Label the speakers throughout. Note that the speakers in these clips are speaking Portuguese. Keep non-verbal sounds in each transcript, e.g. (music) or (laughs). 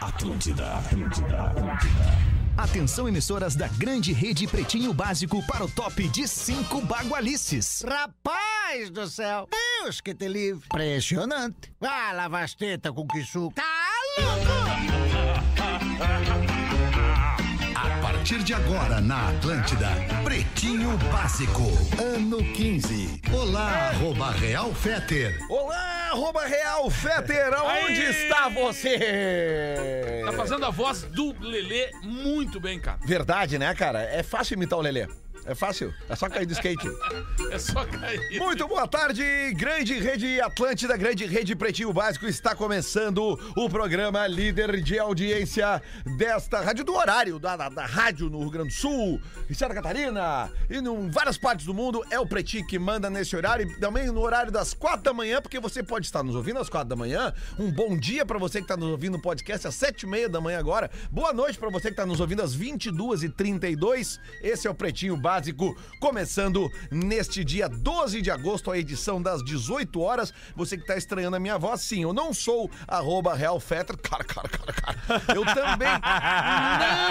Speaker 1: Atlântida, Atlântida, Atlântida. Atenção, emissoras da grande rede Pretinho Básico para o top de cinco bagualices.
Speaker 2: Rapaz do céu! Deus que te livre! Impressionante! Ah, lava as tetas com que suco! Tá louco!
Speaker 1: A partir de agora na Atlântida, Pretinho Básico, ano 15. Olá, arroba Real Feter.
Speaker 3: Olá, arroba Real Feter, aonde
Speaker 4: Aí!
Speaker 3: está você?
Speaker 4: Tá fazendo a voz do Lelê muito bem, cara.
Speaker 3: Verdade, né, cara? É fácil imitar o Lelê. É fácil, é só cair do skate.
Speaker 4: É só cair.
Speaker 3: Muito boa tarde, grande rede Atlântida, grande rede Pretinho Básico. Está começando o programa líder de audiência desta rádio, do horário da, da- da rádio no Rio Grande do Sul, em Santa Catarina e em várias partes do mundo. É o Pretinho que manda nesse horário e também no horário das quatro da manhã, porque você pode estar nos ouvindo às quatro da manhã. Um bom dia para você que está nos ouvindo no podcast às sete e meia da manhã agora. Boa noite para você que está nos ouvindo às 22h32. Esse é o Pretinho Básico, começando neste dia 12 de agosto, a edição das 18 horas. Você que tá estranhando a minha voz, sim, eu não sou arroba Real Fetter. Cara, cara, cara, cara. Eu também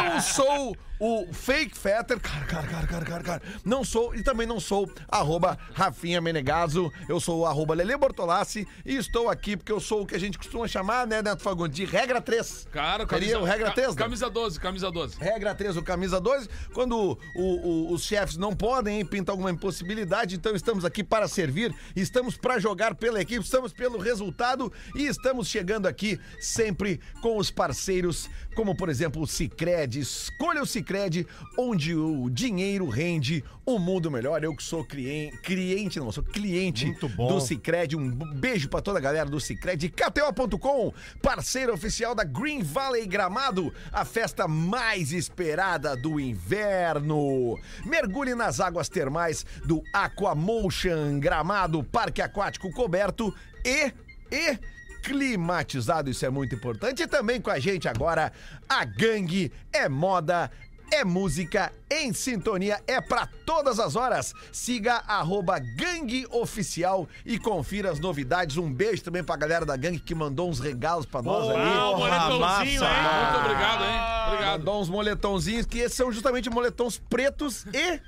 Speaker 3: não sou o Fake Fetter. Cara, cara, cara, cara, cara, cara. Não sou, e também não sou arroba Rafinha Menegaso. Eu sou o arroba Lele Bortolassi e estou aqui porque eu sou o que a gente costuma chamar, né, Neto Fagundes, de regra 3.
Speaker 4: Cara,
Speaker 3: Seria o regra
Speaker 4: ca-
Speaker 3: 3, né?
Speaker 4: Camisa 12, camisa 12.
Speaker 3: Regra 3, o camisa 12, quando o- o- os chefes não podem hein, pintar alguma impossibilidade, então estamos aqui para servir, estamos para jogar pela equipe, estamos pelo resultado e estamos chegando aqui sempre com os parceiros, como por exemplo o Cicred. Escolha o Cicred, onde o dinheiro rende o mundo melhor. Eu que sou cliente, cliente não, sou cliente do Cicred. Um beijo para toda a galera do Cicred. KTO.com, parceiro oficial da Green Valley Gramado, a festa mais esperada do inverno. Mergulhe nas águas termais do Aquamotion Gramado, parque aquático coberto e e climatizado, isso é muito importante. E também com a gente agora, a gangue é moda é música em sintonia, é pra todas as horas. Siga arroba Gangue Oficial e confira as novidades. Um beijo também pra galera da Gangue que mandou uns regalos pra nós
Speaker 4: Ah,
Speaker 3: ali.
Speaker 4: o moletomzinho, hein? Muito obrigado,
Speaker 3: Ah,
Speaker 4: hein? Obrigado.
Speaker 3: Mandou uns moletonzinhos, que esses são justamente moletons pretos e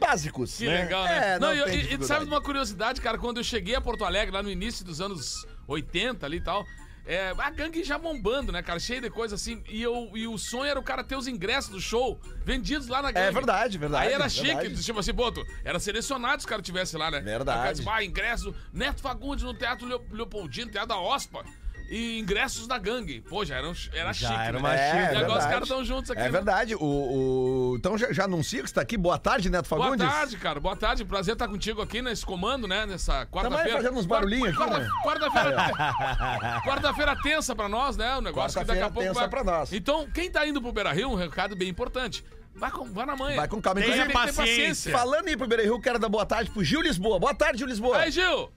Speaker 3: básicos.
Speaker 4: Que legal, né?
Speaker 3: É, não,
Speaker 4: não, e- e-
Speaker 3: tem
Speaker 4: e, tu
Speaker 3: dificuldade.
Speaker 4: sabe de uma curiosidade, cara? Quando eu cheguei a Porto Alegre, lá no início dos anos 80 ali e tal, é, a gangue já bombando, né, cara? Cheio de coisa assim. E, eu, e o sonho era o cara ter os ingressos do show vendidos lá na gangue.
Speaker 3: É verdade, verdade.
Speaker 4: Aí era
Speaker 3: verdade.
Speaker 4: chique, tipo assim, boto, era selecionado se o cara tivesse lá, né?
Speaker 3: Verdade.
Speaker 4: O cara disse, ah, ingresso Neto Fagundes no Teatro Leo- Leopoldino, Teatro da OSPA. E ingressos da gangue. Pô, já era, um- era chique.
Speaker 5: era
Speaker 4: né?
Speaker 5: uma
Speaker 4: E agora
Speaker 5: chique.
Speaker 4: os
Speaker 3: É, verdade.
Speaker 4: caras estão juntos aqui.
Speaker 3: É
Speaker 4: né?
Speaker 3: verdade. O, o- Então já, já anuncia que está aqui. Boa tarde, Neto
Speaker 4: Boa
Speaker 3: Fagundes.
Speaker 4: tarde, cara. Boa tarde. Prazer estar contigo aqui nesse comando, né? Nessa quarta-feira.
Speaker 3: fazendo uns barulhinhos aqui,
Speaker 4: Quarta-
Speaker 3: né?
Speaker 4: Quarta-feira. Quarta-feira tensa pra nós, né? O negócio que daqui a
Speaker 3: Quarta-feira
Speaker 4: pouco
Speaker 3: tensa
Speaker 4: vai.
Speaker 3: pra nós.
Speaker 4: Então, quem tá indo pro Beira Rio, um recado bem importante. Vai, com, vai na manhã.
Speaker 3: Vai com calma.
Speaker 4: Tem que
Speaker 3: Inclusive,
Speaker 4: ter
Speaker 5: paciência.
Speaker 3: falando aí pro Beira Rio, quero dar boa tarde pro Gil Lisboa. Boa tarde, Gil Lisboa.
Speaker 4: Aí, Gil.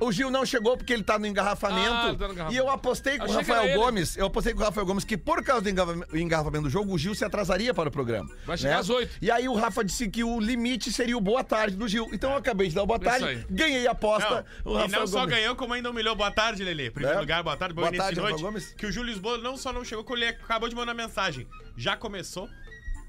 Speaker 3: O Gil não chegou porque ele tá no engarrafamento.
Speaker 4: Ah, ele tá no engarrafamento.
Speaker 3: E eu apostei com o
Speaker 4: Achei que era
Speaker 3: Rafael
Speaker 4: ele.
Speaker 3: Gomes. Eu apostei com o Rafael Gomes que por causa do engarra- engarrafamento do jogo, o Gil se atrasaria para o programa. né?
Speaker 4: Vai chegar às oito.
Speaker 3: E aí o Rafa disse que o limite seria o boa tarde do Gil. Então eu acabei de dar o boa
Speaker 4: É Isso
Speaker 3: tarde,
Speaker 4: aí.
Speaker 3: ganhei a aposta. Tá, o
Speaker 5: Não, e não só ganhou, como ainda humilhou. Boa tarde, Lelê. Primeiro
Speaker 3: É.
Speaker 5: lugar, boa tarde, boa,
Speaker 3: Boa
Speaker 5: início
Speaker 3: tarde,
Speaker 5: de
Speaker 3: Rafael
Speaker 5: noite.
Speaker 3: Gomes.
Speaker 5: Que o Júlio Lisboa não só não chegou, como ele acabou de mandar mensagem. Já começou?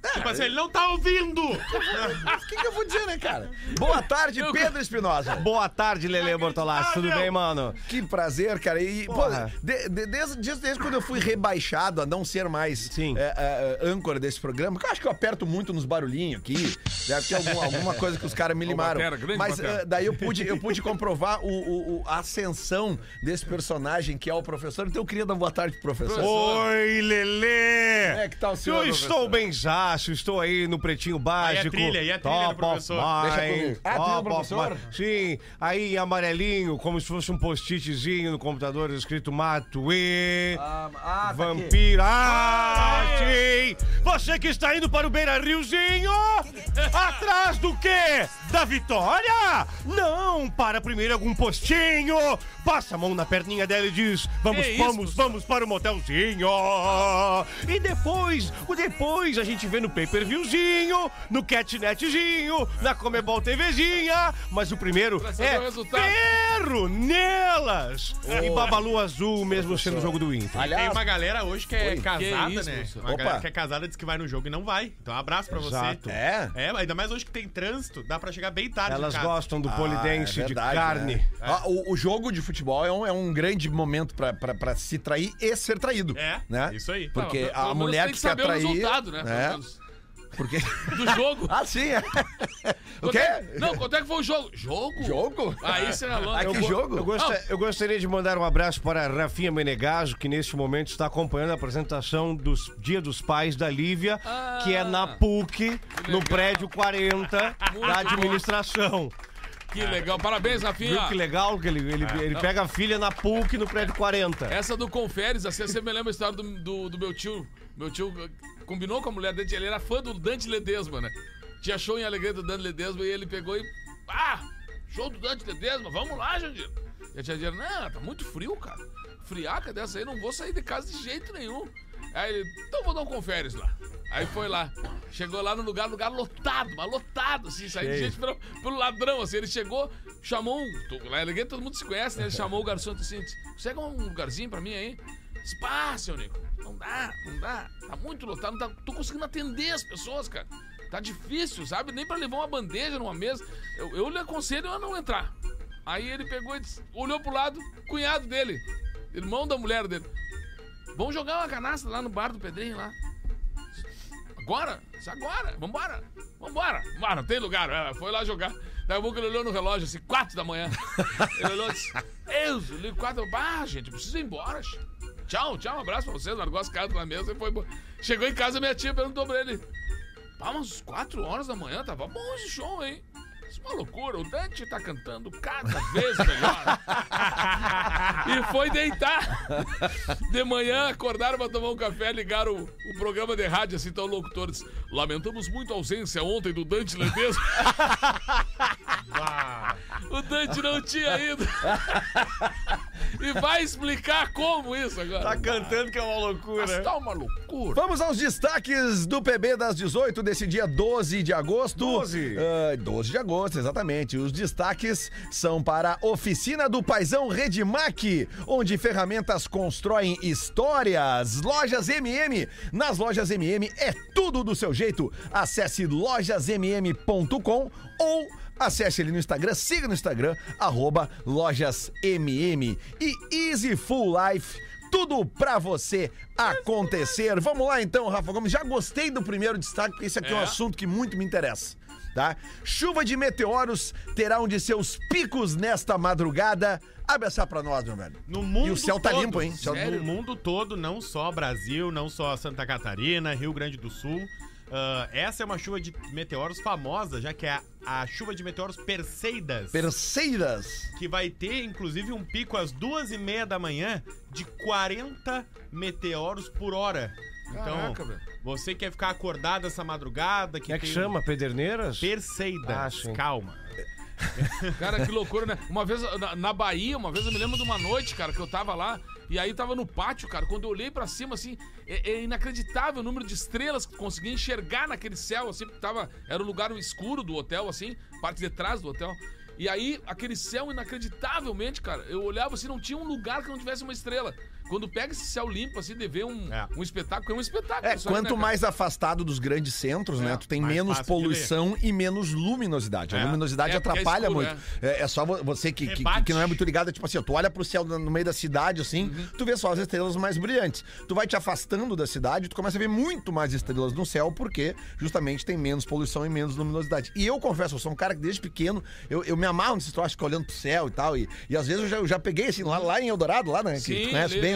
Speaker 3: É,
Speaker 5: tipo assim, ele não tá ouvindo!
Speaker 3: O que, que eu vou dizer, né, cara? Boa tarde,
Speaker 4: (laughs) Eu-
Speaker 3: Pedro Espinosa.
Speaker 6: Boa tarde, Lele
Speaker 4: Ah,
Speaker 5: Ah,
Speaker 6: Bortolassi. Tudo bem, mano?
Speaker 3: Que prazer, cara. E, pô,
Speaker 6: Porra.
Speaker 3: de- de- desde, desde- desde quando eu fui rebaixado a não ser mais
Speaker 6: Sim.
Speaker 3: é, é, é, âncora desse programa, que eu acho que eu aperto muito nos barulhinhos aqui. Deve ter algum- alguma coisa que os caras me limaram.
Speaker 4: batera, grande
Speaker 3: Mas
Speaker 4: batera.
Speaker 3: é, daí eu pude, eu pude comprovar o- o- o- a ascensão desse personagem que é o professor. Então eu queria dar boa tarde pro professor.
Speaker 4: Professor.
Speaker 6: Oi, Lele!
Speaker 3: Como é que tá o senhor,
Speaker 6: Eu estou
Speaker 3: professor?
Speaker 6: bem jacho, estou aí no Pretinho Básico.
Speaker 5: trilha, e a trilha do
Speaker 6: Top of
Speaker 5: professor?
Speaker 6: mind,
Speaker 3: Deixa comigo. Ah, trilha do
Speaker 6: top of
Speaker 3: professor?
Speaker 6: mind. Sim, aí em amarelinho, como se fosse um post-itzinho no computador escrito Matuê.
Speaker 3: Ah, ah, tá aqui.
Speaker 6: Vampira! sim! Você que está indo para o Beira Riozinho! Atrás do quê? Da vitória? Não! Para primeiro algum postinho! Passa a mão na perninha dela e diz: Vamos,
Speaker 4: Que isso,
Speaker 6: vamos, vamos para o motelzinho! E depois, o depois a gente vê no no pay-per-viewzinho, no catnetzinho, na Comebol TVzinha, mas o primeiro
Speaker 4: Pra saber
Speaker 6: é
Speaker 4: o resultado.
Speaker 6: Ferro nelas! E Babalu Azul, mesmo sendo o jogo do Inter.
Speaker 5: Tem
Speaker 3: Aliás,
Speaker 5: uma galera hoje que é casada,
Speaker 4: Que isso,
Speaker 5: né?
Speaker 4: professor.
Speaker 5: Uma
Speaker 3: Opa.
Speaker 5: galera que é casada diz que vai no jogo e não vai. Então, um abraço pra
Speaker 6: Exato.
Speaker 5: você.
Speaker 3: É?
Speaker 5: É, mas ainda mais hoje que tem trânsito, dá pra chegar bem tarde.
Speaker 6: Elas
Speaker 5: em casa.
Speaker 6: gostam do polidense
Speaker 3: Ah, é verdade,
Speaker 6: de carne.
Speaker 3: né? Ah, o, o jogo de futebol é um, é um grande momento pra- pra pra se trair e ser traído.
Speaker 5: É,
Speaker 3: né?
Speaker 5: isso aí.
Speaker 3: Porque
Speaker 4: Não, Tá, pelo
Speaker 3: a
Speaker 4: menos
Speaker 3: mulher
Speaker 4: tem
Speaker 3: que
Speaker 4: que
Speaker 3: se
Speaker 4: saber o
Speaker 3: atrair...
Speaker 4: resultado, né?
Speaker 3: É,
Speaker 4: Pelo menos.
Speaker 3: porque...
Speaker 4: (laughs) Do
Speaker 3: (laughs)
Speaker 4: jogo.
Speaker 3: ah, sim,
Speaker 4: (laughs)
Speaker 3: é. o
Speaker 4: Quanto é-
Speaker 3: quê?
Speaker 4: Não, quanto é que foi o jogo? Jogo?
Speaker 3: Jogo? (laughs)
Speaker 4: Aí você é
Speaker 3: Ah,
Speaker 4: louco.
Speaker 3: que jogo?
Speaker 6: Eu, gosta- eu gostaria de mandar um abraço para Rafinha Menegaso, que neste momento está acompanhando a apresentação do Dia dos Pais da Lívia,
Speaker 4: Ah,
Speaker 6: que é na PUC, no prédio 40
Speaker 4: Muito
Speaker 6: da administração.
Speaker 4: Que legal. Parabéns, Rafinha.
Speaker 6: Viu que legal que ele, ele,
Speaker 3: É,
Speaker 6: ele pega a filha na PUC no prédio 40.
Speaker 4: Essa do Conferes, assim, você me lembra a história do, do, do meu tio. Meu tio eh, combinou com a mulher dele, ele era fã do Dante Ledesma, né? Tinha show em Alegria do Dante Ledesma e ele pegou e. Ah! Show do Dante Ledesma, vamos lá, Jandir! E a tia Jandir, não, tá muito frio, cara. Friaca dessa aí, não vou sair de casa de jeito nenhum. Aí ele, então vou dar um conferes lá. Aí foi lá. Chegou lá no lugar, lugar lotado, mas lotado, assim, saindo de gente pelo, pelo ladrão, assim. Ele chegou, chamou um. tô- Lá em Alegria todo mundo se conhece, né? Ele chamou o garçom e disse assim: consegue um lugarzinho pra mim aí? Disse, pá, seu Nico, não dá, não dá. Tá muito lotado, não tá, tô conseguindo atender as pessoas, cara. Tá difícil, sabe? Nem pra levar uma bandeja numa mesa. Eu, eu lhe aconselho a não entrar. Aí ele pegou e disse- olhou pro lado, cunhado dele, irmão da mulher dele. Vamos jogar uma canastra lá no bar do Pedrinho lá. Agora? Isso agora? Vambora! Vambora! Vambora, não tem lugar. É, Foi lá jogar. Daí a pouco ele olhou no relógio assim, 4 da manhã. Ele olhou e disse: Deus, eu ligo 4 Ah, gente, eu preciso ir embora. gente. Tchau, tchau, um abraço pra vocês. Largou as cartas na mesa e foi embora. Chegou em casa, minha tia perguntou pra ele: Pá, umas 4 horas da manhã, tava bom esse show, hein? Isso é uma loucura, o Dante tá cantando cada vez melhor. e foi deitar. De manhã acordaram pra tomar um café, ligaram o, o programa de rádio, assim, então o locutor disse, lamentamos muito a ausência ontem do Dante Ledesma. o Dante não tinha ido. e vai explicar como isso agora.
Speaker 5: Tá cantando que é uma
Speaker 4: Mas
Speaker 6: né?
Speaker 5: loucura.
Speaker 4: tá uma loucura.
Speaker 3: Vamos aos destaques do PB das 18 desse dia 12 de agosto.
Speaker 6: 12.
Speaker 3: Ah, 12 de agosto, exatamente. Os destaques são para a Oficina do Paisão Redmac, onde ferramentas constroem histórias. Lojas MM. Nas lojas MM é tudo do seu jeito. Acesse lojasmm.com ou acesse ele no Instagram, siga no Instagram, arroba lojasmm. E Easy Full Life tudo pra você acontecer. Vamos lá então, Rafa Gomes. Já gostei do primeiro destaque, porque esse aqui é, um
Speaker 4: É.
Speaker 3: assunto que muito me interessa. Tá? Chuva de meteoros terá um de seus picos nesta madrugada. Abre essa pra nós, meu velho.
Speaker 5: No mundo
Speaker 3: E o céu tá
Speaker 5: todo,
Speaker 3: limpo, hein? Céu-
Speaker 5: No mundo todo, não só Brasil, não só Santa Catarina, Rio Grande do Sul. Ah, essa é uma chuva de meteoros famosa, já que é a, a chuva de meteoros Perseidas,
Speaker 3: Perseiras.
Speaker 5: que vai ter, inclusive, um pico às duas e meia da manhã de 40 meteoros por hora. Então,
Speaker 4: Caraca, velho.
Speaker 5: você quer ficar acordado essa madrugada...
Speaker 6: Como é que
Speaker 5: tem-
Speaker 6: chama? Pederneiras? Ah,
Speaker 5: Perseidas,
Speaker 6: sim.
Speaker 5: calma.
Speaker 4: Cara, que loucura, né? Uma vez na, na Bahia, uma vez eu me lembro de uma noite, cara, que eu tava lá e aí tava no pátio, cara. Quando eu olhei pra cima, assim, é, é inacreditável o número de estrelas que eu consegui enxergar naquele céu, assim, porque tava, era o lugar escuro do hotel, assim, parte de trás do hotel. E aí, aquele céu, inacreditavelmente, cara, eu olhava assim, não tinha um lugar que não tivesse uma estrela. Quando pega esse céu limpo, assim, de ver um,
Speaker 5: É.
Speaker 4: um espetáculo, é um espetáculo.
Speaker 3: É,
Speaker 4: isso aí, né,
Speaker 3: quanto
Speaker 4: cara? É,
Speaker 3: mais afastado dos grandes centros, né? Tu tem
Speaker 5: mais
Speaker 3: menos
Speaker 5: fácil de
Speaker 3: poluição e menos luminosidade. A
Speaker 5: É.
Speaker 3: luminosidade
Speaker 4: É, porque é
Speaker 3: atrapalha
Speaker 4: escuro,
Speaker 3: muito. É. é só vo- você que, que,
Speaker 5: Rebate.
Speaker 3: que não é muito ligado, é tipo assim, ó, tu olha pro céu no no meio da cidade, assim,
Speaker 4: Uhum.
Speaker 3: tu vê só as estrelas mais brilhantes. Tu vai te afastando da cidade, tu começa a ver muito mais estrelas no céu, porque justamente tem menos poluição e menos luminosidade. E eu confesso, eu sou um cara que desde pequeno, eu, eu me amarro nesse troço, ficar olhando pro céu e tal. E, e às vezes eu já, eu já peguei, assim, lá, lá em Eldorado, lá, né? Que
Speaker 4: Sim,
Speaker 3: tu conhece
Speaker 4: ali,
Speaker 3: bem lá.
Speaker 4: né?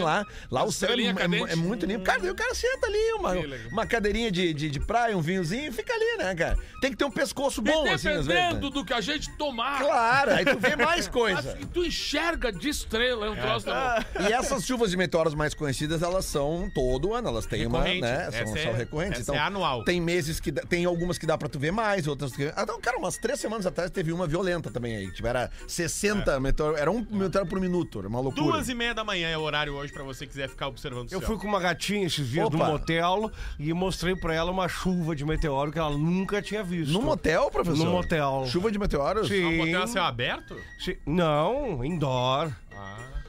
Speaker 3: Lá
Speaker 4: As
Speaker 3: o céu é,
Speaker 4: estrelinhas
Speaker 3: mu- é mu- é
Speaker 4: cadentes.
Speaker 3: muito limpo. Cara, daí o cara senta ali, uma,
Speaker 4: Que legal.
Speaker 3: uma cadeirinha de, de, de praia, um vinhozinho, e fica ali, né, cara? Tem que ter um pescoço bom,
Speaker 5: tá
Speaker 3: assim, às vezes.
Speaker 4: Dependendo
Speaker 3: né?
Speaker 4: do que a gente tomar.
Speaker 3: Claro, aí tu vê mais
Speaker 5: (laughs)
Speaker 3: coisa.
Speaker 5: Assim.
Speaker 4: Mas Tu enxerga de estrela, é um troço da loucura.
Speaker 3: E essas chuvas de meteoros mais conhecidas, elas são todo ano, elas têm uma,
Speaker 5: Recorrente.
Speaker 3: né, são,
Speaker 5: Essa é-
Speaker 3: são recorrentes. Então,
Speaker 5: essa é anual.
Speaker 3: Tem meses que, dá- tem algumas que dá pra tu ver mais, outras que... Ah, então, cara, umas três semanas atrás teve uma violenta
Speaker 5: É.
Speaker 3: também aí, que tipo, era 60 meteoros, era um meteoro por minuto, era uma loucura.
Speaker 5: Duas e meia da manhã é o horário hoje hoje pra você quiser ficar observando o
Speaker 6: Eu
Speaker 5: céu.
Speaker 6: fui com uma gatinha esses dias
Speaker 3: Opa.
Speaker 6: num motel e mostrei pra ela uma chuva de meteoro que ela nunca tinha visto.
Speaker 3: Num motel, professor?
Speaker 6: Num motel.
Speaker 3: Chuva de meteoros?
Speaker 6: Sim.
Speaker 5: Ah, um hotel a céu aberto?
Speaker 6: Sim. Não, indoor.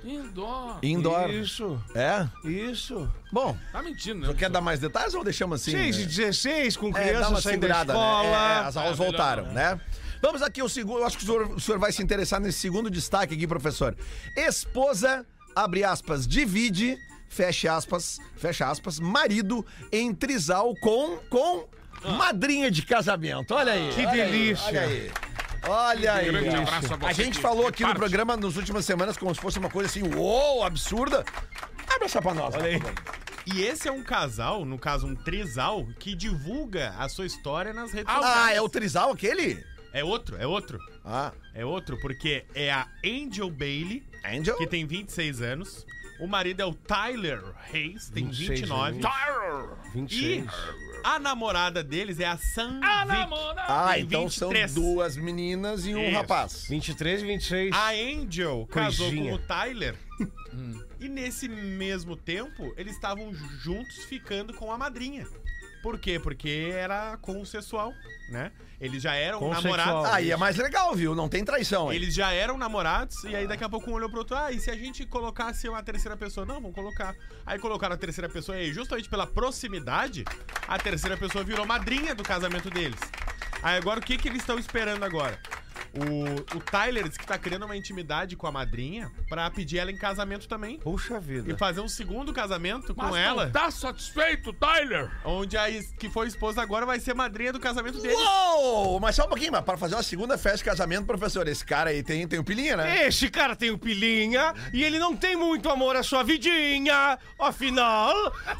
Speaker 4: Indoor.
Speaker 3: Indoor.
Speaker 6: Isso,
Speaker 3: É?
Speaker 6: isso.
Speaker 3: Bom,
Speaker 4: Tá mentindo,
Speaker 3: tu
Speaker 4: né?
Speaker 3: quer dar mais detalhes ou deixamos assim?
Speaker 6: Sim,
Speaker 3: né?
Speaker 6: 16, com
Speaker 3: É, dá
Speaker 6: criança
Speaker 3: uma
Speaker 6: saindo da
Speaker 3: segurada, né?
Speaker 6: escola.
Speaker 3: É, é, as aulas
Speaker 4: É, melhor,
Speaker 3: voltaram, né? Vamos aqui ao segundo. Eu acho que o senhor, o senhor vai se interessar nesse segundo destaque aqui, professor. Esposa, abre aspas, divide, fecha aspas, fecha aspas, marido em trisal com, com madrinha de casamento. Olha aí.
Speaker 6: Que
Speaker 3: olha aí,
Speaker 6: delícia.
Speaker 3: Olha aí. Olha aí.
Speaker 4: grande abraço a você
Speaker 3: A gente
Speaker 4: que
Speaker 3: falou
Speaker 4: é
Speaker 3: aqui no
Speaker 4: parte.
Speaker 3: programa nas últimas semanas como se fosse uma coisa assim, uou, absurda. Abre essa pra nós. né? Olha aí.
Speaker 5: E esse é um casal, no caso um trisal, que divulga a sua história nas redes sociais.
Speaker 3: Ah, é o trisal aquele?
Speaker 5: É outro, é outro.
Speaker 3: Ah,
Speaker 5: É outro, porque é a Angel Bailey,
Speaker 3: Angel?
Speaker 5: que tem 26 anos. O marido é o Tyler Hayes, tem
Speaker 6: 26
Speaker 5: 29.
Speaker 6: anos.
Speaker 5: Tyler!
Speaker 6: 26.
Speaker 5: E a namorada deles é a Sam
Speaker 4: Ah,
Speaker 5: Vick.
Speaker 4: namora.
Speaker 3: Ah,
Speaker 5: Tem
Speaker 3: então são
Speaker 5: 23.
Speaker 3: duas meninas e um
Speaker 5: Isso.
Speaker 3: rapaz.
Speaker 6: 23 e 26.
Speaker 5: A Angel casou
Speaker 6: Coisinha. Hum.
Speaker 5: com o
Speaker 6: (laughs)
Speaker 5: Tyler. e nesse mesmo tempo, eles estavam juntos ficando com a madrinha. Por quê? Porque era consensual, né? Eles já eram
Speaker 6: Consensual.
Speaker 5: namorados.
Speaker 3: Aí é mais legal, viu? Não tem traição aí.
Speaker 5: Eles já eram namorados, e aí daqui a pouco um olhou pro outro, ah, e se a gente colocasse uma terceira pessoa? Não, vamos colocar. Aí colocaram a terceira pessoa, e aí, justamente pela proximidade, a terceira pessoa virou madrinha do casamento deles. Aí agora o que, que eles estão esperando agora? O, o Tyler disse que tá criando uma intimidade com a madrinha pra pedir ela em casamento também.
Speaker 6: Puxa
Speaker 5: E
Speaker 6: vida.
Speaker 5: fazer um segundo casamento com
Speaker 4: Mas
Speaker 5: ela,
Speaker 4: não tá satisfeito, Tyler?
Speaker 5: onde a es- que foi esposa agora vai ser madrinha do casamento deles.
Speaker 3: Uou! Mas só um pouquinho, mas para fazer uma segunda festa de casamento, professor, esse cara aí tem, tem um pilinha, né?
Speaker 5: É,
Speaker 6: Esse cara tem o pilinha e ele não tem muito amor à sua vidinha. Afinal,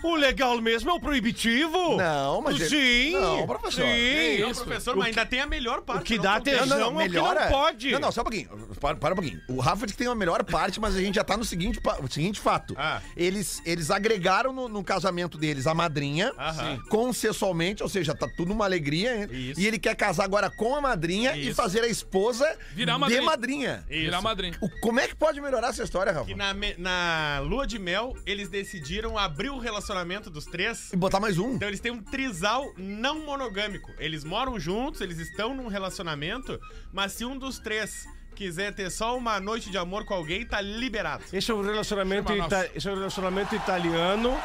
Speaker 6: o legal mesmo é o proibitivo.
Speaker 3: Não, mas ele-
Speaker 6: Sim.
Speaker 3: Não, professor.
Speaker 6: Sim.
Speaker 5: Não,
Speaker 4: Isso.
Speaker 5: professor,
Speaker 4: O
Speaker 5: mas ainda tem a melhor parte.
Speaker 6: que
Speaker 5: não
Speaker 6: dá
Speaker 5: contei.
Speaker 6: atenção Não, é o que não pode.
Speaker 3: Não, não, só um pouquinho. Para, para um pouquinho. O Rafa diz que tem uma melhor parte, mas a gente já tá no seguinte, pa- o seguinte fato.
Speaker 5: Ah.
Speaker 3: Eles, eles agregaram no, no casamento deles a madrinha,
Speaker 5: Aham.
Speaker 3: consensualmente, ou seja, tá tudo uma alegria. hein?
Speaker 5: Isso.
Speaker 3: E ele quer casar agora com a madrinha e
Speaker 5: Isso.
Speaker 3: fazer a esposa
Speaker 4: Virar
Speaker 3: de
Speaker 4: madrinha.
Speaker 3: madrinha.
Speaker 5: Isso.
Speaker 4: Virar madrinha.
Speaker 3: O- como é que pode melhorar essa história, Rafa?
Speaker 5: Que na, me- na lua de mel, eles decidiram abrir o relacionamento dos três.
Speaker 3: E botar mais um.
Speaker 5: Então eles têm um trisal não monogâmico. Eles moram juntos, eles estão num relacionamento, mas se um dos três quiser ter só uma noite de amor com alguém, tá liberado.
Speaker 6: Esse é um relacionamento,
Speaker 4: Chama
Speaker 6: ita-
Speaker 4: nosso.
Speaker 6: esse é um relacionamento italiano.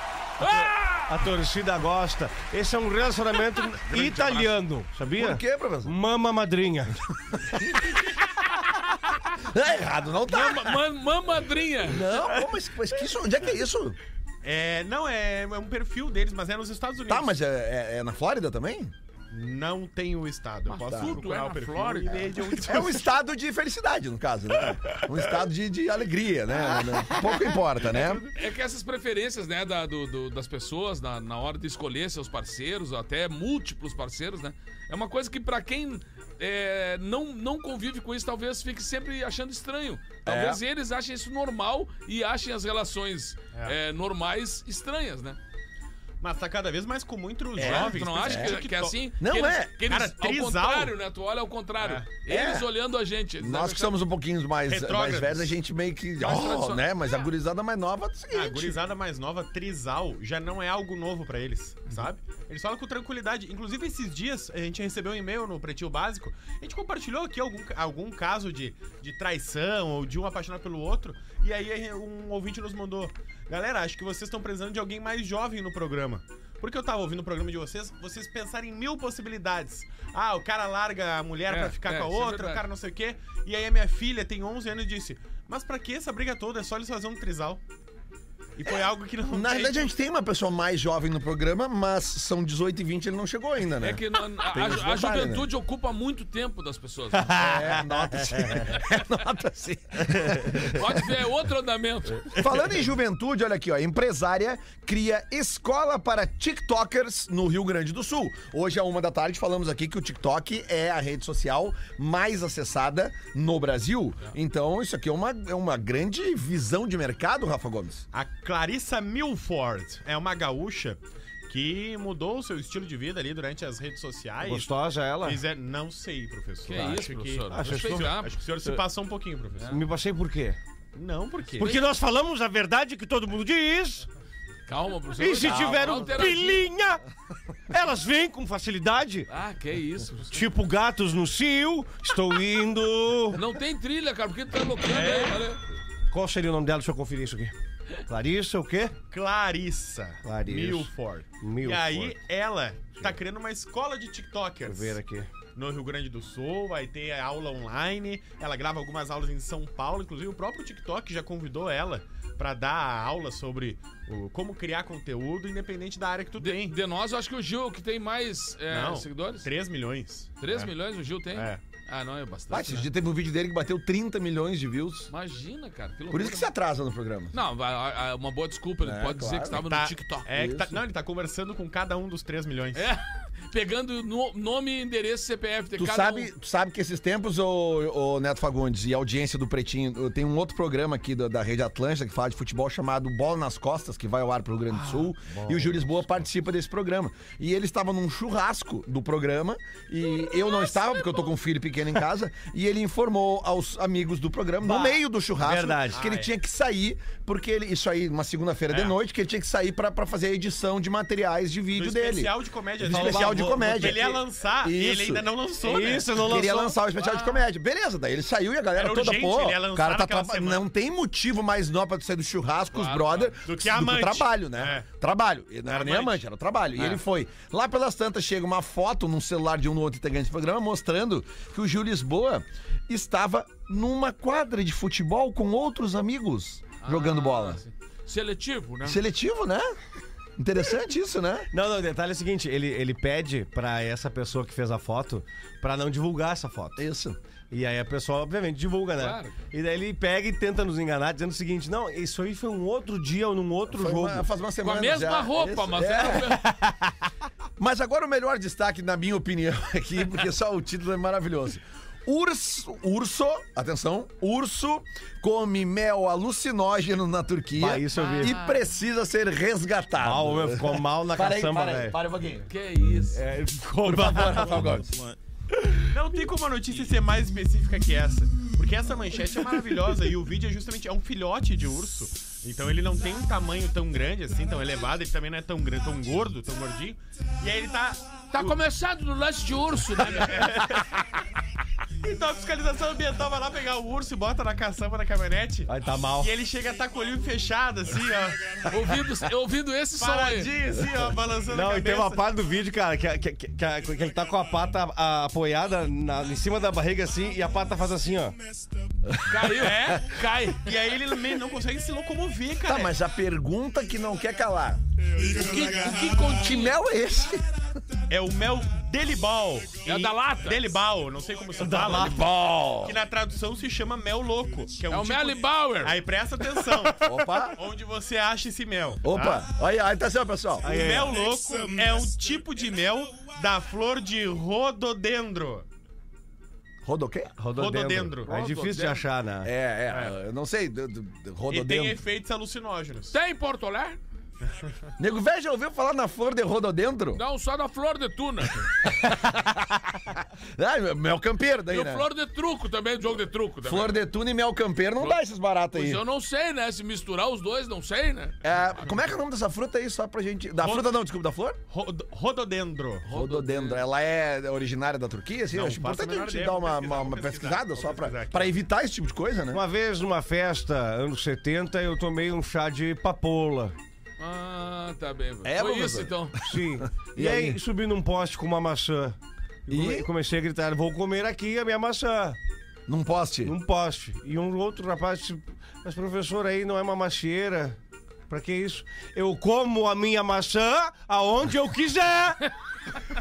Speaker 6: A torcida gosta. Esse é um (laughs) relacionamento italiano, sabia?
Speaker 3: Por quê, professor?
Speaker 6: Mama (laughs) madrinha.
Speaker 3: É errado, não tá.
Speaker 4: Mama- ma- Mamadrinha.
Speaker 3: Não, pô, mas, mas que isso, onde é que é isso?
Speaker 5: É, não, é, é um perfil deles, mas é nos Estados Unidos.
Speaker 3: Tá, mas é, é- é na Flórida também?
Speaker 5: Não tem o estado. Eu
Speaker 4: tudo
Speaker 5: posso
Speaker 4: é
Speaker 5: procurar
Speaker 4: na
Speaker 5: o perfil
Speaker 4: Flórida.
Speaker 5: e ver de onde
Speaker 3: É um estado de felicidade, no caso, né? Um estado de, de alegria, né? Pouco importa, né?
Speaker 4: É que essas preferências, né, da- do- do- das pessoas na, na hora de escolher seus parceiros, ou até múltiplos parceiros, né? É uma coisa que pra quem é, não, não convive com isso, talvez fique sempre achando estranho. Talvez
Speaker 5: É.
Speaker 4: eles achem isso normal e achem as relações é, normais estranhas, né?
Speaker 5: (laughs) Mas tá cada vez mais comum entre os jovens. né?
Speaker 4: tu não acha
Speaker 5: principalmente
Speaker 4: que, que é
Speaker 5: TikTok.
Speaker 4: assim?
Speaker 3: Não
Speaker 4: que
Speaker 3: é.
Speaker 4: Que eles,
Speaker 5: Cara,
Speaker 4: ao
Speaker 5: trisal.
Speaker 4: contrário, né? Tu olha ao contrário. Eles
Speaker 3: É.
Speaker 4: olhando a gente. eles
Speaker 3: Nós
Speaker 4: devem
Speaker 3: que somos um pouquinho mais, mais
Speaker 5: Retrógrados.
Speaker 3: velhos, a gente meio que.
Speaker 4: Mais
Speaker 3: oh,
Speaker 4: tradicional.
Speaker 3: né? Mas a gurizada mais nova é o seguinte.
Speaker 5: Ah, A gurizada mais nova, trisal, já não é algo novo pra eles,
Speaker 4: Uhum.
Speaker 5: sabe? Eles falam com tranquilidade. Inclusive, esses dias, a gente recebeu um e-mail no Pretinho Básico. A gente compartilhou aqui algum, algum caso de, de traição ou de um apaixonado pelo outro. E aí, um ouvinte nos mandou: Galera, acho que vocês estão precisando de alguém mais jovem no programa. Porque eu tava ouvindo o programa de vocês, vocês pensaram em mil possibilidades. Ah, o cara larga a mulher
Speaker 4: É,
Speaker 5: pra ficar
Speaker 4: é,
Speaker 5: com a
Speaker 4: isso é
Speaker 5: outra, o
Speaker 4: verdade.
Speaker 5: cara não sei o quê. E aí a minha filha tem 11 anos e disse: Mas pra que essa briga toda? É só eles fazerem um trisal. E foi algo que não.
Speaker 3: Na verdade, a gente tem uma pessoa mais jovem no programa, mas são 18 e 20 ele não chegou ainda, né?
Speaker 4: É que na- a, a-
Speaker 3: esse
Speaker 4: a
Speaker 3: detalhe,
Speaker 4: juventude ocupa muito tempo das pessoas. né?
Speaker 3: (laughs) É, nota-se. É, nota-se.
Speaker 4: Pode ver, é outro andamento.
Speaker 3: Falando em juventude, olha aqui, ó. Empresária cria escola para TikTokers no Rio Grande do Sul. Hoje, à uma da tarde, falamos aqui que o TikTok é a rede social mais acessada no Brasil. Então, isso aqui é uma, é uma grande visão de mercado, Rafa Gomes.
Speaker 5: A Clarissa Milford é uma gaúcha que mudou o seu estilo de vida ali durante as redes sociais.
Speaker 6: Gostosa ela?
Speaker 5: Fizer... Não sei, professor.
Speaker 4: Que
Speaker 5: Acho
Speaker 4: isso,
Speaker 5: que-
Speaker 4: professor? É.
Speaker 6: acho
Speaker 4: Deixa eu
Speaker 6: que-
Speaker 4: pegar.
Speaker 5: Acho que o senhor se passou um pouquinho, professor.
Speaker 6: Me passei por quê?
Speaker 4: É.
Speaker 5: Não, por quê?
Speaker 7: Porque nós falamos a verdade que todo mundo diz.
Speaker 4: Calma, professor.
Speaker 7: E se
Speaker 4: Calma,
Speaker 7: tiver um
Speaker 4: alteradinho.
Speaker 7: pilinha, elas vêm com facilidade.
Speaker 4: Ah, que isso. professor.
Speaker 7: Tipo gatos no cio, estou indo.
Speaker 4: Não tem trilha, cara, porque tu tá loucando aí, olha.
Speaker 7: Qual seria o nome dela? Deixa eu conferir isso aqui. Clarissa, o quê?
Speaker 5: Clarissa,
Speaker 7: Clarissa.
Speaker 5: Milford.
Speaker 7: Milford.
Speaker 5: E aí, ela tá criando uma escola de TikTokers.
Speaker 7: Deixa eu ver aqui.
Speaker 5: no Rio Grande do Sul, vai ter aula online. Ela grava algumas aulas em São Paulo, inclusive o próprio TikTok já convidou ela pra dar aula sobre o- como criar conteúdo independente da área que tu
Speaker 4: De,
Speaker 5: tem.
Speaker 4: de nós, eu acho que o Gil que tem mais é,
Speaker 5: Não,
Speaker 4: seguidores.
Speaker 5: 3 milhões.
Speaker 4: 3
Speaker 5: É.
Speaker 4: milhões o Gil tem?
Speaker 5: É.
Speaker 4: Ah, não, é
Speaker 3: Vai,
Speaker 4: bastante.
Speaker 3: esse
Speaker 4: né?
Speaker 3: dia teve um vídeo dele que bateu 30 milhões de views.
Speaker 4: Imagina, cara. Que
Speaker 3: Por isso que você
Speaker 4: loucura.
Speaker 3: atrasa no programa.
Speaker 4: Não, vai- a- a- uma boa desculpa, ele
Speaker 3: É,
Speaker 4: pode dizer
Speaker 3: claro.
Speaker 4: que estava
Speaker 5: Tá-
Speaker 4: no TikTok.
Speaker 5: É, que tá- não, ele tá conversando com cada um dos 3 milhões.
Speaker 4: É, pegando no- nome, endereço, CPF de
Speaker 3: Tu
Speaker 4: cada
Speaker 3: sabe,
Speaker 4: um.
Speaker 3: tu sabe que esses tempos, o, Neto Fagundes e a audiência do Pretinho, tem um outro programa aqui da, da Rede Atlântica que fala de futebol chamado Bola nas Costas, que vai ao ar pro Rio Grande
Speaker 4: Ah,
Speaker 3: do Sul. e o Júlio Lisboa participa desse programa. E ele estava num churrasco do programa, e eu não estava, porque eu tô com um filho pequeno em casa, e ele informou aos amigos do programa, no meio do churrasco,
Speaker 7: verdade.
Speaker 3: que ele
Speaker 5: Ah, é.
Speaker 3: tinha que sair, porque ele, isso aí, uma segunda-feira
Speaker 4: É.
Speaker 3: de noite, que ele tinha que sair pra pra fazer a edição de materiais de
Speaker 5: Do
Speaker 3: vídeo dele.
Speaker 5: especial de comédia.
Speaker 3: Do
Speaker 5: dele.
Speaker 3: especial de
Speaker 5: Vou- vou-
Speaker 3: comédia.
Speaker 5: Ele ia lançar e ele
Speaker 3: Isso.
Speaker 5: ainda não lançou, né?
Speaker 7: Isso, não
Speaker 3: Queria
Speaker 7: lançou.
Speaker 3: lançar o especial de comédia. Beleza, daí ele saiu e a galera
Speaker 5: Era
Speaker 3: toda,
Speaker 5: urgente,
Speaker 3: pô,
Speaker 5: ele ia lançar
Speaker 3: o cara tá
Speaker 5: naquela
Speaker 3: traba-
Speaker 5: semana.
Speaker 3: não tem motivo mais não pra tu sair do churrasco, os
Speaker 4: Claro,
Speaker 3: brother,
Speaker 4: claro.
Speaker 5: Do que amante. É.
Speaker 3: trabalho, né? Trabalho. Ele não era nem
Speaker 5: Amante. É.
Speaker 3: amante, era trabalho. E ele foi. Lá pelas tantas chega uma foto num celular de um do outro integrante do programa mostrando que o Gil Lisboa estava numa quadra de futebol com outros amigos jogando
Speaker 4: Ah,
Speaker 3: bola.
Speaker 4: sim. Seletivo, né?
Speaker 3: Seletivo, né? Interessante isso, né?
Speaker 6: Não, não, o detalhe é o seguinte, ele, ele pede pra essa pessoa que fez a foto pra não divulgar essa foto.
Speaker 3: Isso.
Speaker 6: E aí a pessoa, obviamente, divulga, né?
Speaker 4: Claro.
Speaker 6: E daí ele pega e tenta nos enganar, dizendo o seguinte, não, isso aí foi um outro dia ou num outro
Speaker 3: Foi
Speaker 6: jogo.
Speaker 3: uma- faz uma
Speaker 4: Com
Speaker 3: semana
Speaker 4: a mesma
Speaker 3: já.
Speaker 4: roupa,
Speaker 3: Isso.
Speaker 4: mas
Speaker 3: É.
Speaker 4: era-
Speaker 3: Mas agora o melhor destaque, na minha opinião, (laughs) aqui, porque só o título é maravilhoso. Urso, urso, atenção, urso come mel alucinógeno na Turquia
Speaker 6: Bah, Ah, isso eu vi.
Speaker 3: e precisa ser resgatado.
Speaker 6: Ah, o meu ficou mal na caçamba, velho.
Speaker 3: para um pouquinho.
Speaker 4: que isso.
Speaker 6: É, ficou
Speaker 3: Por favor, Rafael Gomes.
Speaker 5: Não tem como a notícia ser mais específica que essa. Porque essa manchete é maravilhosa e o vídeo é justamente é um filhote de urso. Então ele não tem um tamanho tão grande assim, tão elevado, ele também não é tão grande, tão gordo, tão gordinho. E aí ele tá.
Speaker 4: Tá começado no lance de urso, né?
Speaker 3: (laughs)
Speaker 4: meu?
Speaker 5: Então a fiscalização ambiental vai lá pegar o urso e bota na caçamba da caminhonete.
Speaker 6: Aí tá mal.
Speaker 5: E ele chega tá com o olhinho fechado, assim, ó.
Speaker 4: ouvindo, ouvindo esse som aí.
Speaker 5: Paradinho, assim, ó, balançando a
Speaker 6: Não, e tem
Speaker 5: cabeça.
Speaker 6: uma parte do vídeo, cara, que, que, que, que- que ele tá com a pata a- apoiada na- em cima da barriga assim e a pata faz assim, ó.
Speaker 4: Caiu. É? Cai.
Speaker 5: E aí ele meio não consegue se locomover, cara.
Speaker 3: Tá, mas a pergunta que não quer calar.
Speaker 4: O que, o que
Speaker 3: Que
Speaker 4: continha?
Speaker 3: mel é esse?
Speaker 5: É o mel Delibal.
Speaker 4: É da lata.
Speaker 5: Delibal, não sei como se fala. Que na tradução se chama mel louco. Que é, um
Speaker 4: É o
Speaker 5: tipo
Speaker 4: Melly
Speaker 5: de-
Speaker 4: Bauer.
Speaker 5: Aí presta atenção.
Speaker 3: Opa,
Speaker 5: onde você acha esse mel. tá?
Speaker 3: opa. Olha aí, atenção, pessoal.
Speaker 5: O mel louco é um tipo de mel da flor de rododendro.
Speaker 3: Rodo quê?
Speaker 5: Rododendro.
Speaker 6: É difícil de achar, né?
Speaker 3: É, é, eu não sei, do- do- do-
Speaker 5: E tem
Speaker 3: rododendro.
Speaker 5: efeitos alucinógenos.
Speaker 4: Tem em Porto Alegre?
Speaker 3: Nego, velho, já ouviu falar na flor de rododendro?
Speaker 4: Não, só na flor de tuna.
Speaker 3: Ah, mel campeiro daí,
Speaker 4: E o
Speaker 3: né?
Speaker 4: flor de truco também, jogo de truco também.
Speaker 3: Flor de Tuna e Mel Campeiro não dá esses baratos aí.
Speaker 4: Mas eu não sei, né? Se misturar os dois, não sei, né?
Speaker 3: É, como é que é o nome dessa fruta aí, só pra gente. Da fruta não, desculpa, da flor?
Speaker 5: Rod- rododendro.
Speaker 3: Rododendro. Ela é originária da Turquia, assim?
Speaker 5: Não,
Speaker 3: acho
Speaker 5: faço
Speaker 3: importante
Speaker 5: a
Speaker 3: a
Speaker 5: menor
Speaker 3: gente
Speaker 5: ideia,
Speaker 3: dar
Speaker 5: vou
Speaker 3: uma, uma-
Speaker 5: pesquisar, vou
Speaker 3: uma
Speaker 5: pesquisar,
Speaker 3: pesquisada
Speaker 5: vou
Speaker 3: só pra,
Speaker 5: pesquisar aqui.
Speaker 3: pra evitar esse tipo de coisa, né?
Speaker 6: Uma vez numa festa, anos 70, eu tomei um chá de papoula.
Speaker 4: Ah, tá bem. velho.
Speaker 3: É,
Speaker 4: Foi
Speaker 3: professor?
Speaker 4: isso, então.
Speaker 6: Sim.
Speaker 3: E
Speaker 6: (laughs) E, aí,
Speaker 3: aí?
Speaker 6: subi num poste com uma maçã. E come- comecei a gritar: vou comer aqui a minha maçã.
Speaker 3: Num poste.
Speaker 6: Num poste. E um outro rapaz disse: Mas professor, aí não é uma macieira. Pra que isso? Eu como a minha maçã aonde
Speaker 4: (laughs)
Speaker 6: eu quiser.
Speaker 4: É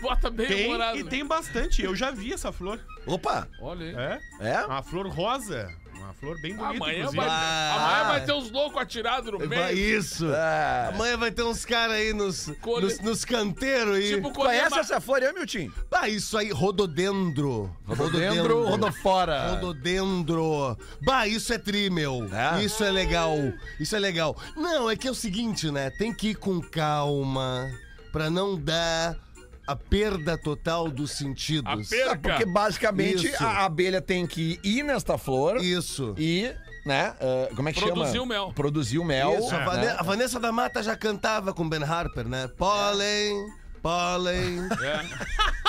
Speaker 4: Bota bem
Speaker 5: Tem né?
Speaker 4: humorado.
Speaker 5: e tem bastante. Eu já vi essa flor.
Speaker 3: Opa!
Speaker 4: Olha aí.
Speaker 5: É?
Speaker 3: É?
Speaker 5: Uma flor rosa. Uma flor bem bonita,
Speaker 4: Amanhã
Speaker 5: inclusive.
Speaker 4: vai, amanhã vai ter uns loucos atirados no meio.
Speaker 6: isso.
Speaker 3: É.
Speaker 6: Amanhã vai ter uns caras aí nos,
Speaker 4: Colhe-
Speaker 6: nos, nos canteiros e.
Speaker 4: Tipo, quando
Speaker 3: Conhece
Speaker 4: é
Speaker 3: essa flor aí, Miltinho?
Speaker 6: Ah, isso aí, rododendro.
Speaker 3: Rododendro, rodofora.
Speaker 6: Rododendro. Bah, isso é tri, meu.
Speaker 3: É?
Speaker 6: Isso é legal. Isso é legal. Não, é que é o seguinte, né? Tem que ir com calma pra não dar a perda total dos
Speaker 4: A
Speaker 6: sentidos.
Speaker 4: perca.
Speaker 3: Porque É, basicamente
Speaker 6: Isso.
Speaker 3: a abelha tem que ir nesta flor
Speaker 6: Isso.
Speaker 3: e né? ah, como é que chama?
Speaker 4: Produziu mel.
Speaker 3: Produziu mel.
Speaker 8: Isso, a,
Speaker 3: né?
Speaker 8: Vane- a Vanessa da Mata já cantava com Ben Harper, né? Pollen, pollen, to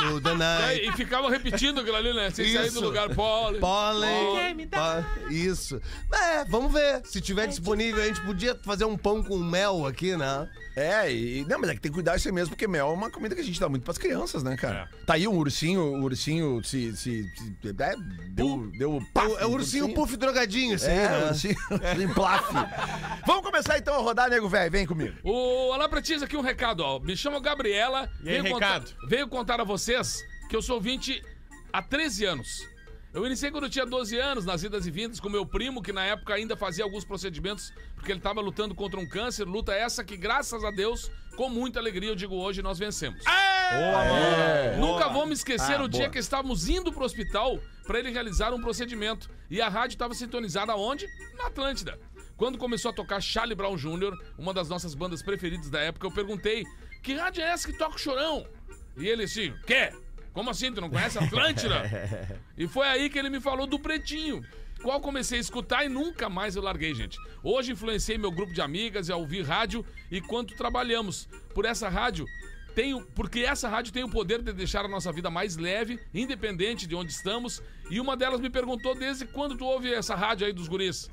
Speaker 6: é
Speaker 8: the night.
Speaker 4: É, E ficava repetindo aquilo ali, né? Sem sair do
Speaker 8: Isso.
Speaker 4: lugar, Paulo.
Speaker 8: Pollen. po- Isso. É, vamos ver. Se tiver disponível, a gente podia fazer um pão com mel aqui, né?
Speaker 3: É, e, não, mas é que tem que cuidar isso aí mesmo, porque mel é uma comida que a gente dá muito pras crianças, né, cara?
Speaker 4: É.
Speaker 3: Tá aí um ursinho, o ursinho se. se, se- é, deu. deu um pá,
Speaker 8: O- É o ursinho puff drogadinho, assim,
Speaker 3: É,
Speaker 8: né?
Speaker 3: ursinho, ursinho
Speaker 8: (laughs)
Speaker 3: plaf. Vamos começar então a rodar, nego velho, vem comigo.
Speaker 4: O Olá Pretis aqui um recado, ó. Me chamo Gabriela.
Speaker 5: E aí,
Speaker 4: Venho
Speaker 5: recado?
Speaker 4: contar- venho contar a vocês que eu sou ouvinte há 13 anos. Eu iniciei quando eu tinha 12 anos, nas idas e vindas, com meu primo, que na época ainda fazia alguns procedimentos, porque ele estava lutando contra um câncer. Luta essa que, graças a Deus, com muita alegria, eu digo hoje, nós vencemos.
Speaker 5: É.
Speaker 4: Nunca vou me esquecer o dia que estávamos indo pro hospital para ele realizar um procedimento e a rádio estava sintonizada onde? Na Atlântida. Quando começou a tocar Charlie Brown Jr., uma das nossas bandas preferidas da época, eu perguntei: "Que rádio é essa que toca o Chorão?" E ele assim: "Quê? Como assim tu não conhece a Atlântida?" e foi aí que ele me falou do Pretinho. Qual comecei a escutar e nunca mais eu larguei, gente. Hoje influenciei meu grupo de amigas a ouvir rádio e quanto trabalhamos. Por essa rádio, tem o- porque essa rádio tem o poder de deixar a nossa vida mais leve, independente de onde estamos. E uma delas me perguntou desde quando tu ouve essa rádio aí dos guris.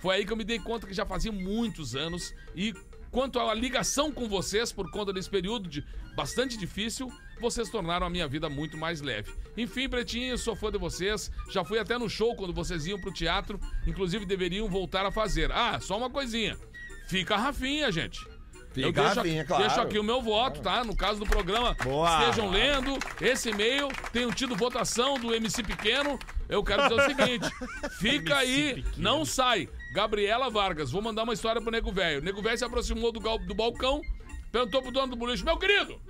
Speaker 4: Foi aí que eu me dei conta que já fazia muitos anos. E quanto à ligação com vocês, por conta desse período de bastante difícil, vocês tornaram a minha vida muito mais leve. Enfim, Pretinho, sou fã de vocês. Já fui até no show quando vocês iam pro teatro. Inclusive, deveriam voltar a fazer. Ah, só uma coisinha. Fica a Rafinha, gente. Eu
Speaker 3: Fica,
Speaker 4: deixo, aqui-
Speaker 3: Rafinha, claro.
Speaker 4: deixo aqui o meu voto, tá? No caso do programa, estejam lendo esse e-mail. Tenho tido votação do MC Pequeno. Eu quero dizer o seguinte: fica aí, não sai. Gabriela Vargas, vou mandar uma história pro Nego Velho. O Nego Velho se aproximou do, gal- do balcão, perguntou pro dono do boliche: Meu querido,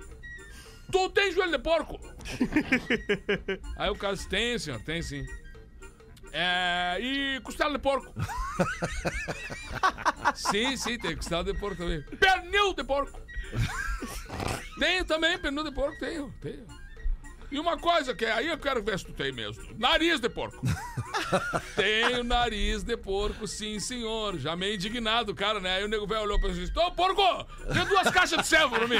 Speaker 4: tu tem joelho de porco? aí o cara disse: Tem, senhor, tem sim. É, e costela de porco. Sim, sim, tem costela de porco também. (laughs) Pernil de porco. tenho também, pernil de porco, tenho, tenho. E uma coisa que aí eu quero ver se tu tem mesmo. Nariz de porco. (laughs) tenho nariz de porco, sim, senhor. Já meio indignado, cara, né? Aí o nego velho olhou pra mim e disse, ô, porco, tem duas caixas de servo (laughs) pra mim.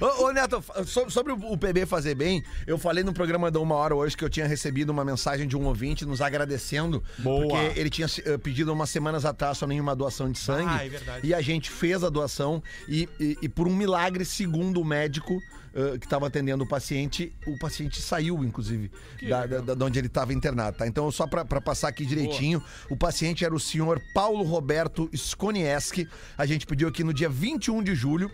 Speaker 3: Ô, ô, Neto, fa- so- sobre o- o PB fazer bem, eu falei no programa da Uma Hora hoje que eu tinha recebido uma mensagem de um ouvinte nos agradecendo.
Speaker 5: Boa.
Speaker 3: Porque ele tinha se- eh, pedido umas semanas atrás só nenhuma doação de sangue.
Speaker 5: Ah, é verdade.
Speaker 3: E a gente fez a doação e, e- e por um milagre, segundo o médico eh, que estava atendendo o paciente, o paciente saiu, inclusive, da, da, da- de onde ele estava internado, tá? Então, só para passar aqui direitinho, o paciente era o senhor Paulo Roberto Skonieski. A gente pediu aqui no dia 21 de julho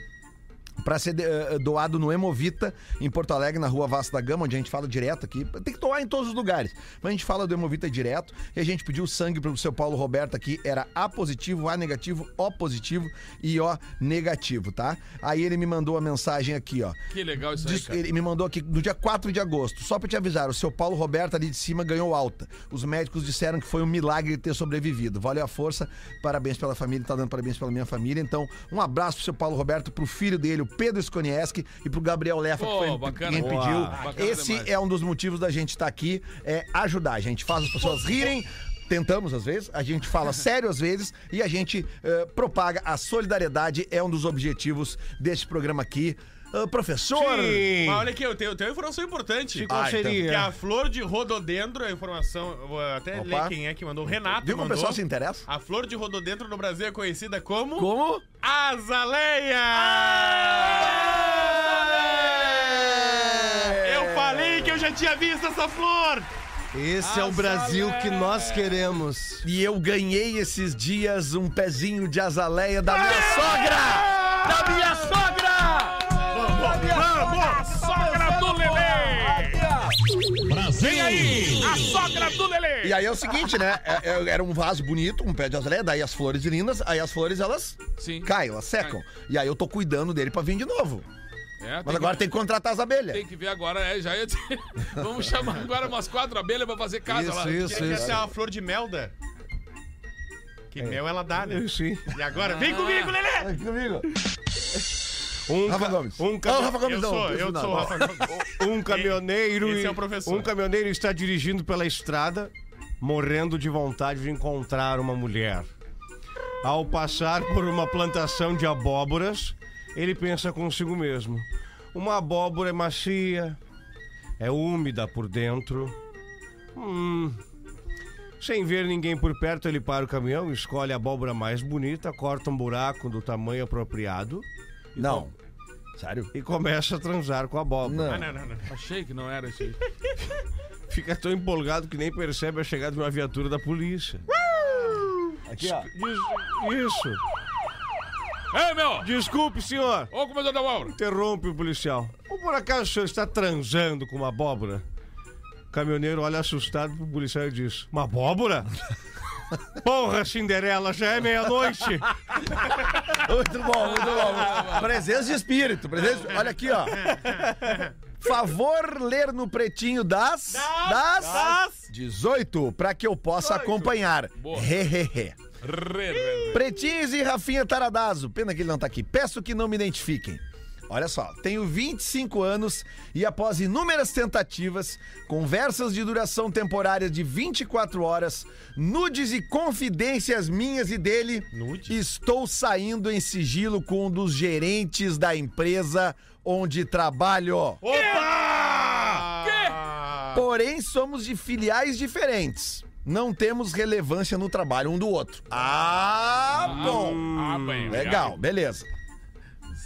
Speaker 3: para ser eh, doado no Hemovita, em Porto Alegre, na rua Vasco da Gama, onde a gente fala direto aqui. Tem que doar em todos os lugares, mas a gente fala do Hemovita direto. E a gente pediu sangue pro seu Paulo Roberto aqui, era A positivo, A negativo, O positivo e O negativo, tá? Aí ele me mandou a mensagem aqui, ó.
Speaker 4: Que legal isso aí,
Speaker 3: Diz-
Speaker 4: cara.
Speaker 3: ele me mandou aqui no dia 4 de agosto. Só pra te avisar, o seu Paulo Roberto ali de cima ganhou alta. Os médicos disseram que foi um milagre ter sobrevivido. Valeu a força, parabéns pela família, tá dando parabéns pela minha família. Então, um abraço pro seu Paulo Roberto, pro filho dele, o Pedro Skonieski, e pro Gabriel Lefa,
Speaker 4: Pô,
Speaker 3: que foi
Speaker 4: bacana.
Speaker 3: quem
Speaker 4: Boa.
Speaker 3: pediu.
Speaker 4: Bacana
Speaker 3: Esse
Speaker 4: demais.
Speaker 3: é um dos motivos da gente estar aqui, é ajudar. A gente faz as pessoas rirem. Tentamos às vezes, a gente fala sério às vezes e a gente eh, propaga a solidariedade, é um dos objetivos deste programa aqui. Ah, professor!
Speaker 9: Sim.
Speaker 5: Mas olha aqui, eu tenho, eu tenho uma informação importante.
Speaker 9: Qual
Speaker 5: Que
Speaker 9: seria?
Speaker 5: a flor de rododendro, a informação, eu vou até
Speaker 3: Opa.
Speaker 5: ler quem é que mandou. O Renato
Speaker 3: Viu como o
Speaker 5: mandou.
Speaker 3: pessoal se interessa?
Speaker 5: A flor de rododendro no Brasil é conhecida como... Ah!
Speaker 3: Como?
Speaker 5: Azaleia! Eu falei que eu já tinha visto essa flor!
Speaker 8: Esse é o Brasil que nós queremos.
Speaker 3: E eu ganhei esses dias um pezinho de azaleia da minha sogra! Da minha sogra!
Speaker 5: Vamos! Sogra do Lelê!
Speaker 1: Brasil!
Speaker 5: A sogra do Lelê!
Speaker 3: E aí é o seguinte, né? É- é- Era um vaso bonito, um pé de azaleia, daí as flores lindas, aí as flores elas
Speaker 4: Sim.
Speaker 3: caem, elas secam. E aí eu tô cuidando dele pra vir de novo.
Speaker 4: É, tem
Speaker 3: Mas
Speaker 4: que-
Speaker 3: agora tem que contratar as
Speaker 4: Tem
Speaker 3: abelhas.
Speaker 4: que ver agora, é, já ia dizer. (laughs) Vamos chamar agora umas quatro abelhas pra fazer casa lá.
Speaker 8: Isso, isso,
Speaker 5: Queria que
Speaker 8: isso.
Speaker 5: essa é uma flor de melda. Que mel ela dá, né?
Speaker 9: Sim.
Speaker 5: E agora, vem comigo, Lelê!
Speaker 3: Comigo.
Speaker 6: Um
Speaker 3: Rafa
Speaker 6: ca-
Speaker 3: Gomes.
Speaker 6: Um
Speaker 3: Ah, o
Speaker 6: cami-
Speaker 3: Rafa Gomes
Speaker 5: Eu
Speaker 3: não.
Speaker 5: sou, eu
Speaker 3: não.
Speaker 5: sou o Rafa Gomes.
Speaker 6: um caminhoneiro
Speaker 5: Esse
Speaker 6: e-
Speaker 5: é o professor.
Speaker 6: um caminhoneiro está dirigindo pela estrada, morrendo de vontade de encontrar uma mulher. Ao passar por uma plantação de abóboras, ele pensa consigo mesmo: uma abóbora é macia, é úmida por dentro. Hum. Sem ver ninguém por perto, ele para o caminhão, escolhe a abóbora mais bonita, corta um buraco do tamanho apropriado
Speaker 3: Não. Sério?
Speaker 6: e começa a transar com a abóbora.
Speaker 3: Não.
Speaker 5: Ah, não, não, não.
Speaker 4: Achei que não era isso aí.
Speaker 6: Fica tão empolgado que nem percebe a chegada de uma viatura da polícia.
Speaker 3: Aqui, ó.
Speaker 6: Des- Isso.
Speaker 4: Ei, meu!
Speaker 6: Desculpe, senhor.
Speaker 4: Ô, comandante da obra!
Speaker 6: Interrompe o policial. Ou por acaso o senhor está transando com uma abóbora? O caminhoneiro olha assustado pro policial e diz: Uma abóbora? Porra, Cinderela, já é meia-noite.
Speaker 3: Muito bom, muito bom. Presença de espírito. Presença... Olha aqui, ó. Favor ler no pretinho das. Das. 18, para que eu possa acompanhar.
Speaker 4: Boa.
Speaker 3: Hehehe.
Speaker 4: Re, re, re.
Speaker 3: Pretinhos e Rafinha Taradazo. Pena que ele não tá aqui. Peço que não me identifiquem. Olha só, tenho 25 anos e após inúmeras tentativas, conversas de duração temporária de 24 horas, nudes e confidências minhas e dele, estou saindo em sigilo com um dos gerentes da empresa onde trabalho. Porém, somos de filiais diferentes. Não temos relevância no trabalho um do outro. Ah, bom.
Speaker 4: Ah, bem,
Speaker 3: Legal, beleza.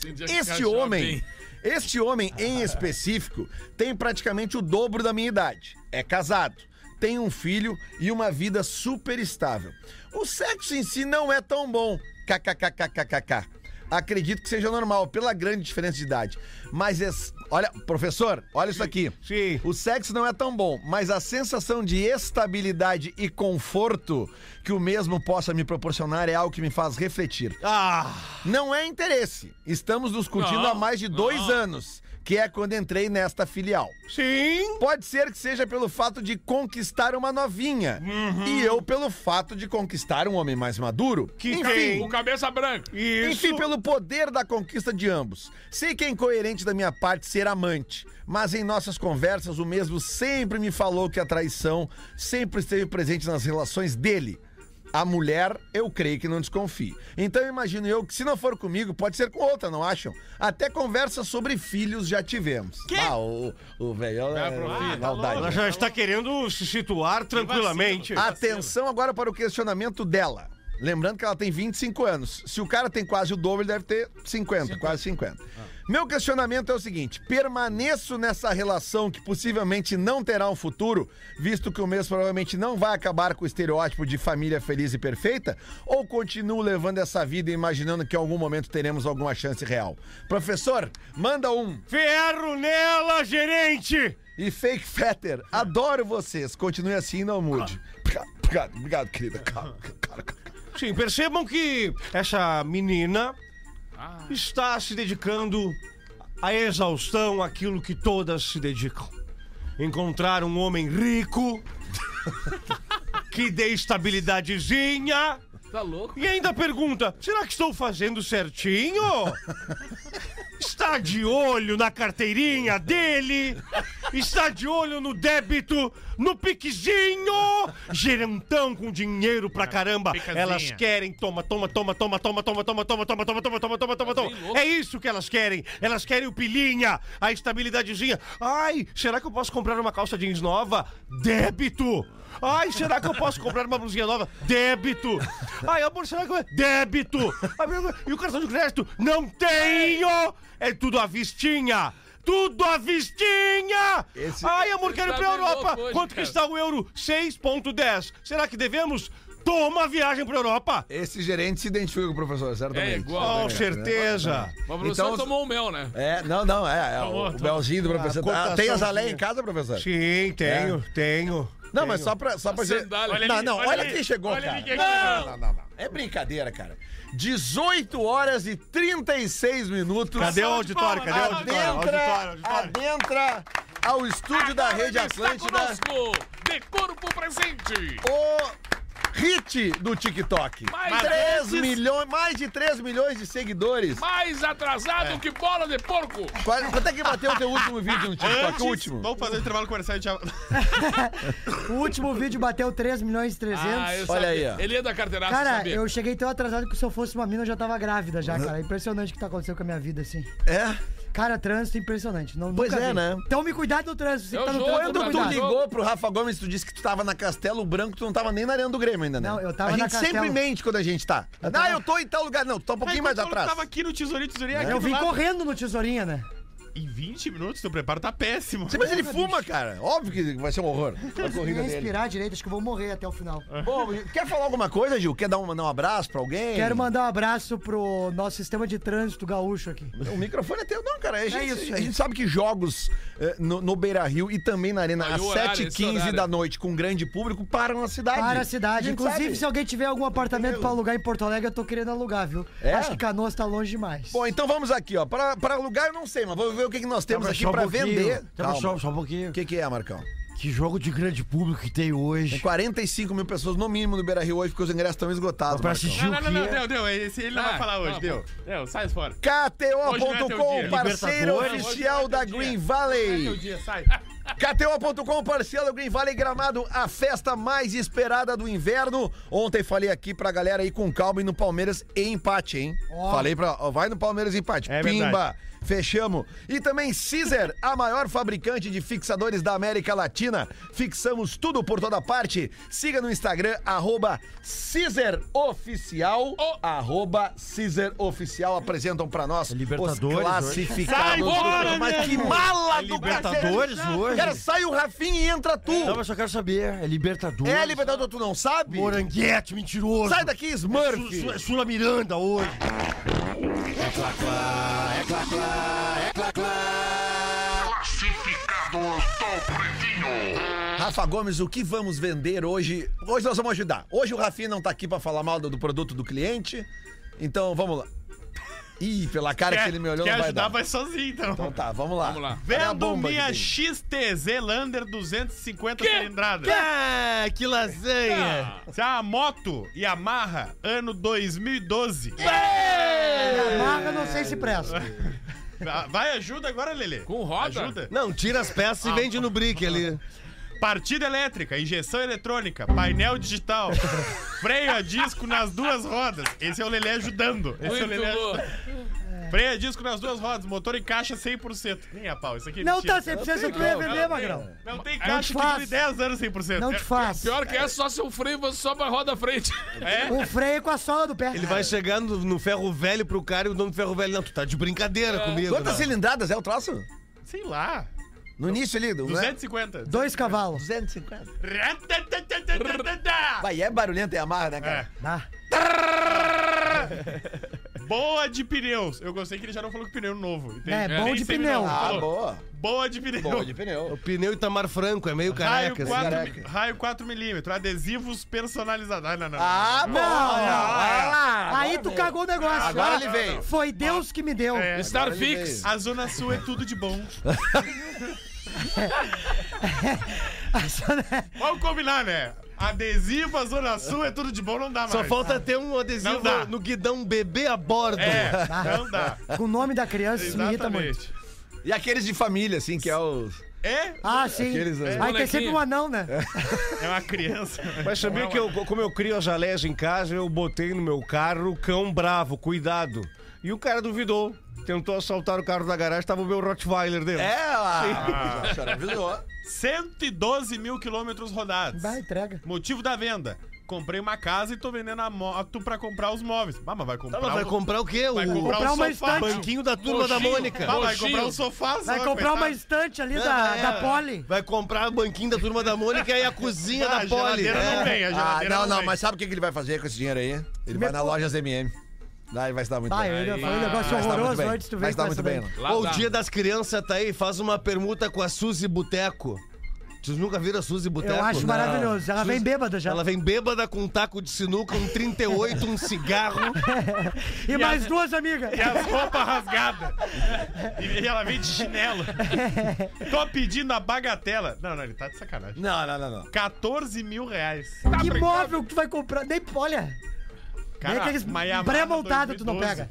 Speaker 4: Cintia
Speaker 3: Este
Speaker 4: Cachorro,
Speaker 3: homem,
Speaker 4: bem.
Speaker 3: este homem em específico, tem praticamente o dobro da minha idade. É casado, tem um filho e uma vida super estável. O sexo em si não é tão bom. KKKKKKK. Acredito que seja normal, pela grande diferença de idade. Mas, es- olha, professor, olha isso aqui.
Speaker 6: Sim.
Speaker 3: O sexo não é tão bom, mas a sensação de estabilidade e conforto que o mesmo possa me proporcionar é algo que me faz refletir.
Speaker 6: Ah,
Speaker 3: Não é interesse. Estamos nos curtindo
Speaker 4: Não,
Speaker 3: há mais de dois
Speaker 4: não.
Speaker 3: anos, que é quando entrei nesta filial.
Speaker 6: sim.
Speaker 3: Pode ser que seja pelo fato de conquistar uma novinha.
Speaker 4: Uhum.
Speaker 3: E eu pelo fato de conquistar um homem mais maduro.
Speaker 6: Que
Speaker 3: Enfim,
Speaker 6: tem.
Speaker 4: Com cabeça branca.
Speaker 6: Isso.
Speaker 3: Enfim, pelo poder da conquista de ambos. Sei que é incoerente da minha parte ser amante, mas em nossas conversas o mesmo sempre me falou que a traição sempre esteve presente nas relações dele. A mulher, eu creio que não desconfie. Então imagino eu que se não for comigo, pode ser com outra, não acham? Até conversa sobre filhos já tivemos. Que? Ah, o, o velho. é,
Speaker 5: pro filho, tá
Speaker 3: maldade.
Speaker 6: Ela já está querendo se situar tranquilamente.
Speaker 3: Ah. Atenção agora para o questionamento dela. Lembrando que ela tem 25 anos. Se o cara tem quase o dobro, ele deve ter 50, quase 50. Meu questionamento é o seguinte: permaneço nessa relação que possivelmente não terá um futuro, visto que o mês provavelmente não vai acabar com o estereótipo de família feliz e perfeita, ou continuo levando essa vida e imaginando que em algum momento teremos alguma chance real? Professor, manda um.
Speaker 6: Ferro nela, gerente!
Speaker 3: E Fake Fetter, adoro vocês. Continue assim, não mude. Obrigado, obrigado, obrigado, querida. Calma, cara, cara.
Speaker 6: Sim, percebam que essa menina
Speaker 4: Ah.
Speaker 6: está se dedicando à exaustão, aquilo que todas se dedicam. Encontrar um homem rico, que dê estabilidadezinha,
Speaker 4: Tá louco?
Speaker 6: e ainda pergunta: será que estou fazendo certinho? Está de olho na carteirinha dele, está de olho no débito, no piquezinho, gerentão com dinheiro pra caramba.
Speaker 5: picazinha.
Speaker 6: Elas querem, toma, toma, toma, toma, toma, toma, toma, toma, toma, toma, toma, toma, toma, toma, toma. É isso que elas querem. Elas querem o pilinha, a estabilidadezinha. Ai, será que eu posso comprar uma calça jeans nova? Débito. Ai, será que eu posso comprar uma blusinha nova? Débito. Ai, amor, será que eu... Débito. Ai, meu- E o cartão de crédito? Não tenho. É tudo à vistinha. Tudo à vistinha.
Speaker 3: Esse-
Speaker 6: Ai, amor, quero ir
Speaker 4: Tá
Speaker 6: pra
Speaker 4: bem louco
Speaker 6: Europa.
Speaker 4: hoje,
Speaker 6: Quanto que
Speaker 4: cara.
Speaker 6: está o euro? 6.10. Será que devemos? Toma a viagem pra Europa.
Speaker 3: Esse gerente se identifica com o professor, certamente.
Speaker 4: É igual.
Speaker 6: Com certeza.
Speaker 4: Mas o professor
Speaker 3: Então-
Speaker 4: tomou o mel, né?
Speaker 3: É, não, não, é, é
Speaker 4: Tá
Speaker 3: o, o belzinho do professor.
Speaker 6: cotaçãozinha.
Speaker 3: Ah, tem as alé em casa, professor?
Speaker 6: Sim, tenho, tenho.
Speaker 3: É? Não, mas só pra... Só pra dizer-
Speaker 4: sandália. Olha
Speaker 3: não,
Speaker 4: ali,
Speaker 3: não,
Speaker 4: olha
Speaker 3: olha,
Speaker 4: ali,
Speaker 3: quem chegou,
Speaker 4: olha
Speaker 3: cara.
Speaker 4: ali quem
Speaker 3: não, não, não, não. É brincadeira, cara. 18 horas e 36 minutos.
Speaker 6: Cadê o auditório? Cadê o auditório? Auditório,
Speaker 3: Adentra,
Speaker 6: auditório.
Speaker 3: adentra ao estúdio da Rede
Speaker 4: Agora ele está
Speaker 3: Atlântida.
Speaker 4: conosco, de corpo presente.
Speaker 3: O hit do TikTok.
Speaker 4: Mais
Speaker 3: Três
Speaker 4: hits.
Speaker 3: milhões, mais de 3 milhões de seguidores.
Speaker 4: Mais atrasado
Speaker 3: É.
Speaker 4: que bola de porco.
Speaker 3: Quase- Quanto é que bateu o teu último vídeo no TikTok? Tá, é O último. Um
Speaker 5: Vamos fazer o intervalo comercial e já...
Speaker 10: O último vídeo bateu 3 milhões e 300.
Speaker 4: Ah, eu
Speaker 3: Olha
Speaker 4: sabia.
Speaker 3: aí, ó.
Speaker 4: Ele é da carteirada,
Speaker 10: Cara,
Speaker 4: sabia.
Speaker 10: eu cheguei tão atrasado que se eu fosse uma mina, eu já tava grávida já,
Speaker 3: Uhum.
Speaker 10: cara. É Impressionante o que tá acontecendo com a minha vida, assim.
Speaker 3: É?
Speaker 10: Cara, trânsito é impressionante. Não,
Speaker 3: Pois
Speaker 10: nunca
Speaker 3: é,
Speaker 10: vi.
Speaker 3: né?
Speaker 10: Então me cuidado no trânsito. Você
Speaker 4: Eu
Speaker 10: que tá no
Speaker 4: jogo
Speaker 10: trânsito,
Speaker 4: do
Speaker 10: me
Speaker 3: Quando tu
Speaker 4: Verdade.
Speaker 10: cuidado.
Speaker 3: ligou pro Rafa Gomes, tu disse que tu tava na Castelo Branco, tu não tava nem na Arena do Grêmio ainda, né?
Speaker 10: Não, eu tava
Speaker 3: A gente
Speaker 10: na Castelo.
Speaker 3: sempre mente quando a gente tá.
Speaker 10: Eu
Speaker 3: Ah,
Speaker 10: tava-
Speaker 3: eu tô em tal lugar. Não, tu tá um pouquinho mais atrás.
Speaker 5: tava aqui no tesourinho, tesourinho aqui
Speaker 10: Eu
Speaker 5: do
Speaker 10: vim
Speaker 5: lado.
Speaker 10: correndo no tesourinha, né?
Speaker 5: Em 20 minutos, teu preparo tá péssimo.
Speaker 3: Mas ele fuma, cara. Óbvio que vai ser um horror. A corrida
Speaker 10: Nem
Speaker 3: dele.
Speaker 10: respirar direito, acho que eu vou morrer até o final.
Speaker 3: Bom, quer falar alguma coisa, Gil? Quer dar um, mandar um abraço pra alguém?
Speaker 10: Quero mandar um abraço pro nosso sistema de trânsito gaúcho aqui.
Speaker 3: O microfone é teu, não, cara. A gente,
Speaker 10: isso,
Speaker 3: a
Speaker 10: gente.
Speaker 3: gente sabe que jogos eh, no, no Beira Rio e também na Arena
Speaker 4: Ah, e
Speaker 3: às
Speaker 4: o horário, esse
Speaker 3: 7h15
Speaker 4: horário.
Speaker 3: da noite com grande público param a cidade.
Speaker 10: Para a cidade.
Speaker 3: gente
Speaker 10: Inclusive,
Speaker 3: sabe.
Speaker 10: se alguém tiver algum apartamento pra alugar em Porto Alegre, eu tô querendo alugar, viu?
Speaker 3: É?
Speaker 10: Acho que Canoas tá longe demais.
Speaker 3: Bom, então vamos aqui, ó. Pra, pra lugar, eu não sei, mas vamos ver o que, que nós temos aqui pra vender. Calma.
Speaker 11: um Só, só um pouquinho.
Speaker 3: O que, que é, Marcão?
Speaker 11: Que jogo de grande público que tem
Speaker 3: Tem
Speaker 11: hoje.
Speaker 3: 45 mil pessoas no mínimo no Beira Rio hoje, porque os ingressos estão esgotados.
Speaker 11: Pra
Speaker 3: Marcão.
Speaker 11: assistir
Speaker 5: Não,
Speaker 11: o
Speaker 5: não,
Speaker 11: que
Speaker 5: não, não,
Speaker 11: é.
Speaker 5: deu, deu. Esse ele não
Speaker 4: Ah,
Speaker 5: vai falar hoje,
Speaker 4: tá
Speaker 5: deu. Deu, sai fora. Hoje não é teu
Speaker 3: KTO.com,
Speaker 5: dia.
Speaker 3: parceiro
Speaker 11: Libertadores.
Speaker 3: oficial da Green Valley.
Speaker 5: é Teu dia, sai.
Speaker 3: KTO.com, parceiro Green Valley Gramado, a festa mais esperada do inverno. Ontem falei aqui pra galera ir com calma e no Palmeiras e empate, hein? Falei pra. ó, vai no Palmeiras e empate.
Speaker 9: É
Speaker 3: Pimba!
Speaker 9: verdade.
Speaker 3: Fechamos. E também Caesar, a maior fabricante de fixadores da América Latina. Fixamos tudo por toda parte. Siga no Instagram, arroba CaesarOficial. Arroba CaesarOficial. Apresentam pra nós
Speaker 11: Libertadores
Speaker 3: os
Speaker 11: hoje.
Speaker 3: classificados.
Speaker 9: Sai
Speaker 3: do-
Speaker 9: fora, É
Speaker 3: Mas que mala do
Speaker 11: Libertadores
Speaker 3: cacete.
Speaker 11: hoje.
Speaker 3: Cara, sai o Rafinha e entra tu.
Speaker 11: Não, mas só quero saber. É Libertadores.
Speaker 3: É Libertador, tu não sabe?
Speaker 11: Moranguete, mentiroso.
Speaker 3: Sai daqui,
Speaker 11: Su- Su-
Speaker 3: Smurf.
Speaker 11: é Sula Miranda hoje.
Speaker 3: Rafa Gomes, o que vamos vender hoje? Hoje nós vamos ajudar. Hoje o Rafinha não tá aqui pra falar mal do, do produto do cliente. Então, vamos lá. Ih, pela cara que ele me olhou,
Speaker 5: quer
Speaker 3: não vai
Speaker 5: ajudar,
Speaker 3: dar.
Speaker 5: vai sozinho, então.
Speaker 3: Então tá, vamos lá.
Speaker 4: Vamos lá.
Speaker 3: Cadê a
Speaker 5: Vendo
Speaker 3: bomba que
Speaker 5: minha
Speaker 3: tem?
Speaker 5: XTZ Lander 250 cilindrada.
Speaker 11: Ah, que lasanha.
Speaker 5: Ah. Se a moto Yamaha, ano 2012.
Speaker 3: é.
Speaker 10: Amarra, não sei se presta.
Speaker 5: Ah, Vai, ajuda agora, Lelê.
Speaker 4: Com roda?
Speaker 5: Ajuda.
Speaker 8: Não, tira as peças e vende no brick ali.
Speaker 5: Partida elétrica, injeção eletrônica, painel digital, freio a disco nas duas rodas. Esse é o Lelê ajudando. Esse é
Speaker 4: Muito
Speaker 5: o
Speaker 4: bom.
Speaker 5: Lelê ajudando. Freio a disco nas duas rodas, motor e caixa 100%. Nem a pau, isso aqui é
Speaker 10: Não
Speaker 5: mentira.
Speaker 10: tá 100% tu ia vender, Magrão.
Speaker 5: Não tem caixa que
Speaker 10: faz.
Speaker 5: dure 10 anos 100%.
Speaker 10: Não
Speaker 5: É-
Speaker 10: te faz.
Speaker 5: (laughs)
Speaker 4: Pior que é só se o freio você só pra roda à frente.
Speaker 5: É?
Speaker 10: O Um freio com a sola do pé.
Speaker 8: Ele vai chegar no, no ferro velho pro cara e o nome do ferro velho, não, tu tá de brincadeira comigo.
Speaker 3: Quantas
Speaker 8: né?
Speaker 3: cilindradas é o troço?
Speaker 5: Sei lá.
Speaker 3: No início ali, do, né?
Speaker 5: 250.
Speaker 10: Dois cavalos.
Speaker 3: 250.
Speaker 5: Ratatatatata.
Speaker 3: Vai, é barulhento e amarra, né, cara?
Speaker 5: É.
Speaker 10: Dá.
Speaker 5: Boa de pneus. Eu gostei que ele já não falou que pneu novo. entende?
Speaker 10: É, bom
Speaker 5: Nem
Speaker 10: de
Speaker 5: semi- não,
Speaker 10: pneu.
Speaker 3: Ah,
Speaker 5: falou.
Speaker 3: boa.
Speaker 5: Boa de pneu.
Speaker 3: Boa de pneu.
Speaker 8: O pneu Itamar Franco, é meio
Speaker 5: (laughs) Raio
Speaker 8: careca. assim.
Speaker 5: 4, raio 4 milímetros, adesivos personalizados. Ah, não, não.
Speaker 3: Ah, bom.
Speaker 10: Não,
Speaker 3: Ah,
Speaker 10: Aí tu cagou o negócio.
Speaker 3: Agora
Speaker 10: Ah,
Speaker 3: ele veio.
Speaker 10: Foi Deus que me deu.
Speaker 5: É.
Speaker 4: Starfix.
Speaker 5: A Zona Sul é tudo de
Speaker 10: (laughs)
Speaker 5: bom. Vamos combinar, né? Adesivo, a Zona Sul é tudo de bom, não dá mais.
Speaker 8: Só falta ter um
Speaker 5: Não
Speaker 8: adesivo
Speaker 5: dá.
Speaker 8: no guidão bebê a bordo.
Speaker 5: É, não
Speaker 10: (laughs)
Speaker 5: dá.
Speaker 10: Com o nome da criança, isso me irrita muito.
Speaker 5: Exatamente.
Speaker 3: E aqueles de família, assim, que é os.
Speaker 5: É?
Speaker 10: Ah, sim. Aí tem
Speaker 4: Molequinho.
Speaker 10: sempre um anão, né?
Speaker 5: É uma criança. É
Speaker 9: Mas sabia que eu, como eu crio as aléias em casa, eu botei no meu carro cão bravo, cuidado. E o cara duvidou. Tentou assaltar o carro da garagem, tava o meu Rottweiler dentro.
Speaker 3: É, ah, a senhora avisou.
Speaker 5: 112 mil quilômetros rodados.
Speaker 10: Vai, entrega.
Speaker 5: Motivo da venda. Comprei uma casa e tô vendendo a moto pra comprar os móveis. Ah, mas vai comprar,
Speaker 8: Tá, mas vai
Speaker 5: o-
Speaker 8: comprar o quê?
Speaker 5: vai
Speaker 8: o
Speaker 5: comprar,
Speaker 10: comprar
Speaker 5: o
Speaker 10: uma
Speaker 5: sofá.
Speaker 10: estante.
Speaker 8: banquinho da turma da
Speaker 4: Coxinho.
Speaker 8: Mônica.
Speaker 5: Ah, vai
Speaker 4: Coxinho.
Speaker 5: comprar um sofá. só,
Speaker 10: Vai comprar uma
Speaker 5: coitado.
Speaker 10: estante ali
Speaker 8: Ah,
Speaker 10: da,
Speaker 8: é.
Speaker 10: da Poli.
Speaker 8: Vai comprar o banquinho da turma da Mônica e a cozinha
Speaker 5: Ah,
Speaker 8: da
Speaker 5: a
Speaker 8: Poli.
Speaker 5: geladeira não vem, a
Speaker 3: Ah,
Speaker 5: geladeira
Speaker 3: não, não,
Speaker 5: vem.
Speaker 3: mas sabe o que que ele vai fazer com esse dinheiro aí? Ele vai na loja MM. Lá ele vai se dar muito
Speaker 10: Vai,
Speaker 3: bem.
Speaker 10: ele foi um
Speaker 3: Vai
Speaker 10: negócio
Speaker 3: se dar tá muito
Speaker 10: horroroso
Speaker 3: bem.
Speaker 10: antes tu
Speaker 3: Vai
Speaker 10: ver
Speaker 9: Tá.
Speaker 3: se dar muito bem.
Speaker 10: Não
Speaker 4: Lá
Speaker 8: Ou o
Speaker 4: dá.
Speaker 8: dia das crianças tá aí, faz uma permuta com a Suzy Boteco. Vocês nunca viram a Suzy Boteco?
Speaker 10: Eu acho maravilhoso. Ela vem bêbada já.
Speaker 8: Ela vem bêbada com um taco de sinuca, um 38, um cigarro.
Speaker 10: E, mais duas amigas.
Speaker 5: E as roupas rasgadas. E, e ela vem de chinelo.
Speaker 10: (laughs)
Speaker 5: Tô pedindo a bagatela. Não, não, ele tá de sacanagem.
Speaker 8: Não, não, não, não.
Speaker 5: 14 mil reais.
Speaker 10: que móvel que tu vai comprar? Nem, olha, nem aqueles
Speaker 5: Miami
Speaker 10: pré-montado tu não
Speaker 5: 2012.
Speaker 10: pega.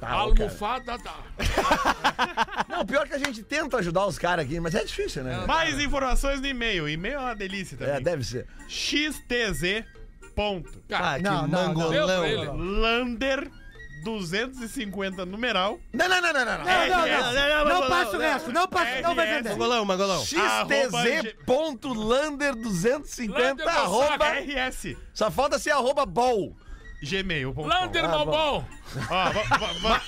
Speaker 4: tá, Almofada tá. da.
Speaker 3: Não, pior que a gente tenta ajudar os caras aqui, mas é difícil, né?
Speaker 5: Mais informações no e-mail. E-mail é uma delícia também.
Speaker 3: É, deve ser.
Speaker 5: XTZ. Ponto.
Speaker 8: Ah, que
Speaker 10: Não, não, não.
Speaker 4: Deu
Speaker 8: mangolão.
Speaker 4: pra ele.
Speaker 5: Lander 250 numeral.
Speaker 3: Não, não, não, não, não. não.
Speaker 10: Não, não,
Speaker 5: é,
Speaker 10: não. Não, passa o resto. Não, passa, não vai vender.
Speaker 8: Mangolão, mangolão.
Speaker 4: Lander
Speaker 3: XTZ.lander250
Speaker 4: Balsac.
Speaker 3: arroba.
Speaker 5: RS.
Speaker 3: Só falta ser arroba bol.
Speaker 5: Gmail.com.
Speaker 3: Tá
Speaker 4: Lander Bobão.
Speaker 5: Ó, va- va- va-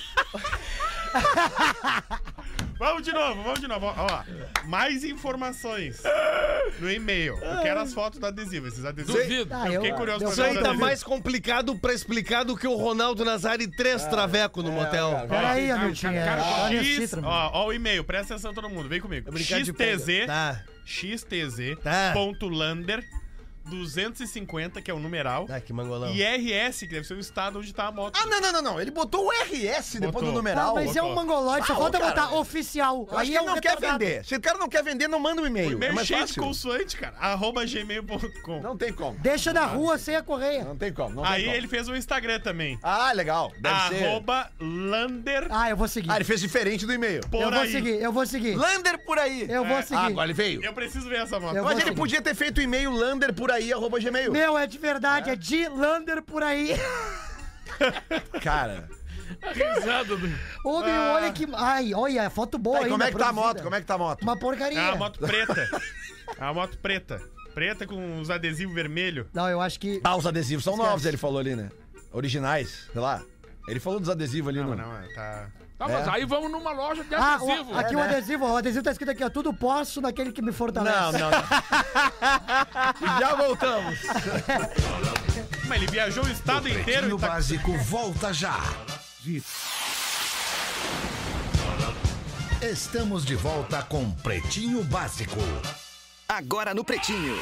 Speaker 5: (laughs) Vamos de novo, vamos de novo. Ó, ó, mais informações no e-mail. Eu quero as fotos do adesivo, esses adesivos.
Speaker 4: Duvido.
Speaker 10: Ah,
Speaker 5: Eu fiquei
Speaker 10: eu-
Speaker 5: curioso pra
Speaker 10: eu
Speaker 8: Isso
Speaker 5: ver
Speaker 8: aí
Speaker 5: os
Speaker 8: tá
Speaker 5: adesivos.
Speaker 8: mais complicado pra explicar do que o Ronaldo Nazari três
Speaker 3: Ah,
Speaker 8: traveco
Speaker 3: é,
Speaker 8: no motel.
Speaker 10: Peraí, Amiltinha. Olha esse
Speaker 5: X,
Speaker 10: título, é meu.
Speaker 5: ó, ó o e-mail, presta atenção todo mundo, vem comigo.
Speaker 8: Brincar de pega.
Speaker 5: XTZ,
Speaker 11: Ah,
Speaker 8: Tá.
Speaker 5: XTZ,
Speaker 8: Tá.
Speaker 5: ponto Lander, 250, que é o numeral,
Speaker 11: tá,
Speaker 8: Ah, que mangolão.
Speaker 5: e RS, que deve ser o estado onde tá a moto.
Speaker 3: Tá, então. Ah, não, não, não, não. Ele botou o RS depois do
Speaker 5: Botou.
Speaker 10: Ah,
Speaker 3: numeral.
Speaker 10: mas é um mangolote, só
Speaker 3: Ah,
Speaker 10: falta
Speaker 3: ô, cara.
Speaker 10: botar oficial.
Speaker 3: Eu acho
Speaker 10: Aí
Speaker 3: que
Speaker 10: é
Speaker 3: ele
Speaker 10: um
Speaker 3: não quer
Speaker 10: retardado.
Speaker 3: vender. Se o cara não quer vender, não manda um e-mail. É
Speaker 5: e-mail
Speaker 3: mais
Speaker 5: cheio de
Speaker 3: fácil.
Speaker 5: consoante, cara, arroba gmail.com.
Speaker 3: Não tem como.
Speaker 10: Deixa na rua sem a correia.
Speaker 3: Não tem como. Não tem
Speaker 5: Aí
Speaker 3: como.
Speaker 5: ele fez um Instagram também.
Speaker 3: Ah, legal. Deve ser.
Speaker 5: arroba Lander
Speaker 10: Ah, eu vou seguir.
Speaker 3: Ah, ele fez diferente do e-mail.
Speaker 5: por
Speaker 10: Eu vou
Speaker 5: aí.
Speaker 10: seguir, eu vou seguir.
Speaker 3: Lander por aí.
Speaker 8: É
Speaker 10: Eu vou
Speaker 3: Ah, agora
Speaker 10: seguir.
Speaker 3: ele veio.
Speaker 5: Eu preciso ver essa moto.
Speaker 10: Eu
Speaker 3: Mas ele
Speaker 10: vou seguir.
Speaker 3: podia ter feito o e-mail lander por aí, arroba gmail.
Speaker 10: Meu, é de verdade, é de Lander por aí. (laughs)
Speaker 3: Cara.
Speaker 4: Risada do.
Speaker 10: Ô, meu, olha que. Ai, olha, é foto boa
Speaker 3: Tá,
Speaker 10: aí.
Speaker 3: e É. como é que tá a moto? Como é que tá a moto?
Speaker 10: Uma
Speaker 5: É
Speaker 10: porcaria.
Speaker 5: uma moto
Speaker 3: (laughs)
Speaker 5: preta. É uma moto preta. Preta com os adesivos vermelhos.
Speaker 10: Não, eu acho que.
Speaker 3: Ah, os adesivos são
Speaker 10: Esquece.
Speaker 3: novos, ele falou ali, né? Originais, sei lá. Ele falou dos adesivos ali, não.
Speaker 5: Não, não, tá.
Speaker 4: Tá, mas aí vamos numa loja de
Speaker 3: Tá
Speaker 10: Ah, o-
Speaker 4: adesivo.
Speaker 3: É, né?
Speaker 10: aqui o adesivo, ó, o adesivo tá escrito aqui, ó. Tudo posso naquele que me fortalece.
Speaker 3: Não, não, não. Já voltamos.
Speaker 5: Mas ele viajou o estado inteiro
Speaker 1: Pretinho
Speaker 5: e tá.
Speaker 1: Básico volta já. Estamos de volta com Pretinho Básico.
Speaker 12: Agora no Pretinho.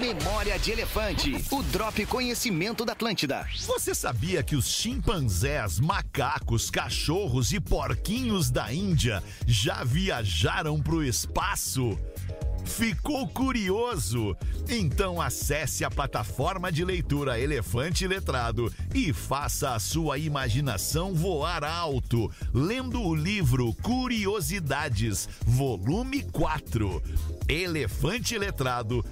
Speaker 12: Memória de Elefante, o Drop Conhecimento da Atlântida.
Speaker 1: Você sabia que os chimpanzés, macacos, cachorros e porquinhos da Índia já viajaram para o espaço? Ficou curioso? Então acesse a plataforma de leitura Elefante Letrado e faça a sua imaginação voar alto, lendo o livro Curiosidades, volume 4, elefanteletrado.com.br.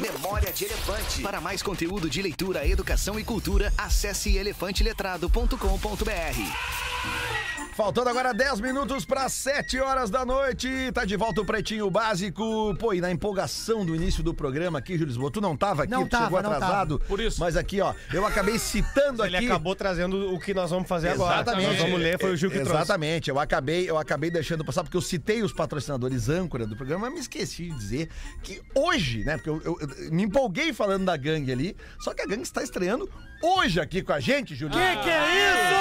Speaker 12: Memória de Elefante. Para mais conteúdo de leitura, educação e cultura, acesse elefanteletrado.com.br.
Speaker 3: Faltando agora 10 minutos para 7 horas da noite. Tá de volta o Pretinho Básico. Pô, e na empolgação do início do programa aqui, Júlio Lisboa, tu não tava aqui,
Speaker 10: Não
Speaker 3: tu
Speaker 10: tava,
Speaker 3: chegou
Speaker 10: não tava.
Speaker 3: atrasado.
Speaker 4: Por isso.
Speaker 3: Mas aqui, ó, eu acabei citando aqui.
Speaker 9: Ele acabou trazendo o que nós vamos fazer agora.
Speaker 3: Exatamente.
Speaker 9: Nós vamos ler, foi o Gil que trouxe.
Speaker 3: Exatamente. Eu acabei, eu acabei deixando passar, porque eu citei os patrocinadores âncora do programa, mas me esqueci de dizer que hoje, né? Porque eu, eu- eu me empolguei falando da gangue ali, só que a gangue está estreando hoje aqui com a gente, Júlio.
Speaker 10: Que que é isso?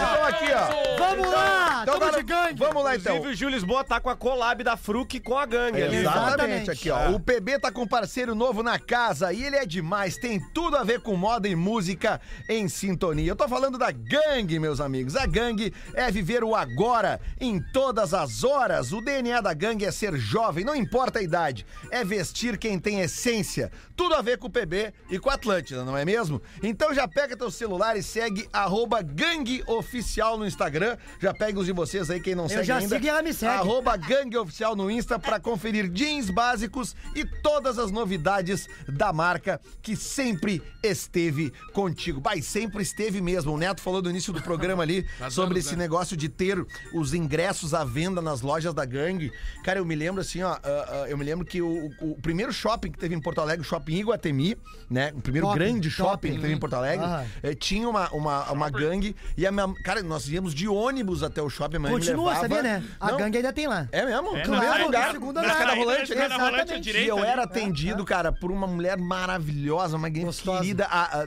Speaker 3: Então aqui, ó.
Speaker 10: Vamos lá!
Speaker 3: Então
Speaker 10: Tamo
Speaker 3: agora,
Speaker 10: de gangue!
Speaker 3: Vamos lá, então.
Speaker 9: Inclusive, o Gil Lisboa tá com a collab da Fruc com a gangue. ali.
Speaker 3: Exatamente,
Speaker 10: Exatamente.
Speaker 3: aqui, ó. O PB tá com um parceiro novo na casa e ele é demais. Tem tudo a ver com moda e música em sintonia. Eu tô falando da gangue, meus amigos. A gangue é viver o agora em todas as horas. O DNA da gangue é ser jovem, não importa a idade. É vestir quem tem essência. Tudo a ver com o PB e com a Atlântida, não é mesmo? Então já pega teu celular e segue arroba gangueoficial no Instagram. Já pega os de vocês aí, quem não segue
Speaker 10: já
Speaker 3: ainda.
Speaker 10: sigo e ela me segue.
Speaker 3: Arroba arroba Gangue Oficial no Insta para conferir jeans básicos e todas as novidades da marca que sempre esteve contigo. Bah, e sempre esteve mesmo. O Neto falou no início do programa ali sobre
Speaker 4: anos,
Speaker 3: esse
Speaker 4: né?
Speaker 3: negócio de ter os ingressos à venda nas lojas da gangue. Cara, eu me lembro assim, ó, ah, ah, eu me lembro que o, o- o primeiro shopping que teve em Porto Alegre, o shopping Iguatemi, né? O primeiro
Speaker 10: Shopping,
Speaker 3: grande shopping,
Speaker 10: shopping.
Speaker 3: que teve em Porto Alegre,
Speaker 10: né? Ah.
Speaker 3: eh, tinha uma, uma, uma gangue e a minha, Cara, nós íamos de ônibus até o shopping, mas
Speaker 10: Continua,
Speaker 3: levava...
Speaker 10: sabia, né? A
Speaker 3: Não,
Speaker 10: gangue ainda tem lá.
Speaker 3: É mesmo?
Speaker 10: É,
Speaker 3: No
Speaker 10: na
Speaker 3: mesmo
Speaker 10: saída,
Speaker 3: lugar,
Speaker 10: segunda
Speaker 3: na
Speaker 10: na-
Speaker 3: escada
Speaker 10: na
Speaker 3: volante, né?
Speaker 10: escada volante à
Speaker 3: Exatamente.
Speaker 10: direita
Speaker 3: E eu
Speaker 10: ali.
Speaker 3: era
Speaker 10: É,
Speaker 3: atendido, cara, por uma mulher maravilhosa, uma gangue querida. A, a-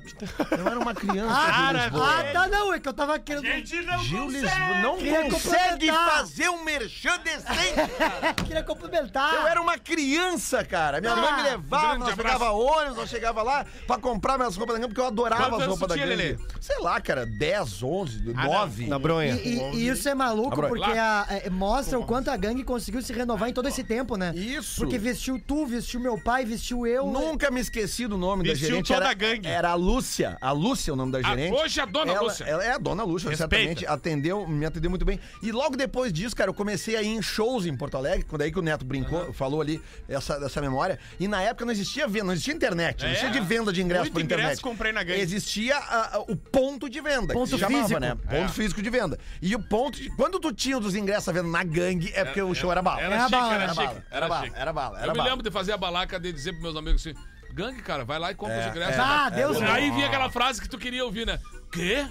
Speaker 3: Eu era uma criança.
Speaker 10: Ah,
Speaker 3: Gil Lisboa.
Speaker 10: ah, tá, não, é que eu tava querendo. Gente, não
Speaker 3: Gil Lisboa não
Speaker 10: Queria
Speaker 3: consegue
Speaker 10: complementar.
Speaker 3: fazer um merchan decente, cara.
Speaker 10: (laughs) Queria complementar.
Speaker 3: Eu era uma criança, cara. Minha
Speaker 10: Ah,
Speaker 3: mãe me
Speaker 10: um
Speaker 3: levava,
Speaker 10: grande
Speaker 3: nós
Speaker 10: abraço.
Speaker 3: pegava ônibus, nós chegava lá pra comprar minhas roupas da gangue, porque eu adorava
Speaker 5: Quantos
Speaker 3: as
Speaker 5: anos
Speaker 3: roupas da
Speaker 5: tu tinha,
Speaker 3: gangue.
Speaker 5: Lelê?
Speaker 3: Sei lá, cara, 10, 11,
Speaker 5: Ah, não.
Speaker 3: 9.
Speaker 5: Na bronha.
Speaker 10: E, e- e isso é maluco,
Speaker 3: Abra-
Speaker 10: porque a- é, mostra o quanto a gangue conseguiu se renovar em todo esse tempo, né?
Speaker 3: Isso.
Speaker 10: Porque vestiu tu, vestiu meu pai, vestiu eu.
Speaker 3: Nunca me esqueci do nome
Speaker 5: Vestiu
Speaker 3: da gerente.
Speaker 5: toda
Speaker 3: era,
Speaker 5: a gangue.
Speaker 3: Era a Lúcia. A Lúcia é o nome da gerente.
Speaker 4: hoje é a dona
Speaker 3: ela,
Speaker 4: Lúcia.
Speaker 3: Ela é a dona Lúcia,
Speaker 4: Respeita.
Speaker 3: certamente. Atendeu, me atendeu muito bem. E logo depois disso, cara, eu comecei a ir em shows em Porto Alegre, quando aí que o Neto brincou, falou ali essa, essa memória. E na época não existia venda, não existia internet. Não
Speaker 5: É.
Speaker 3: existia de venda de ingresso
Speaker 5: Muito
Speaker 3: por
Speaker 5: ingresso
Speaker 3: internet.
Speaker 5: comprei na gangue.
Speaker 3: Existia a- a- o ponto de venda.
Speaker 10: Ponto
Speaker 3: que se chamava,
Speaker 10: físico.
Speaker 3: né? Ponto
Speaker 5: É.
Speaker 3: físico de venda. E o ponto. de- quando tu tinha os ingressos à venda na gangue, é porque o show era bala.
Speaker 4: Era
Speaker 10: Era
Speaker 4: chique,
Speaker 10: bala,
Speaker 4: era
Speaker 10: era
Speaker 4: chique,
Speaker 3: bala,
Speaker 4: era
Speaker 3: era bala,
Speaker 4: chique.
Speaker 3: era bala, era
Speaker 4: Eu me
Speaker 3: bala.
Speaker 4: lembro de fazer a balaca de dizer pros meus amigos assim: gangue, cara, vai lá e compra os ingressos.
Speaker 10: Ah, Deus me
Speaker 4: Aí
Speaker 10: livre.
Speaker 4: vinha aquela frase que tu queria ouvir, né? Quê?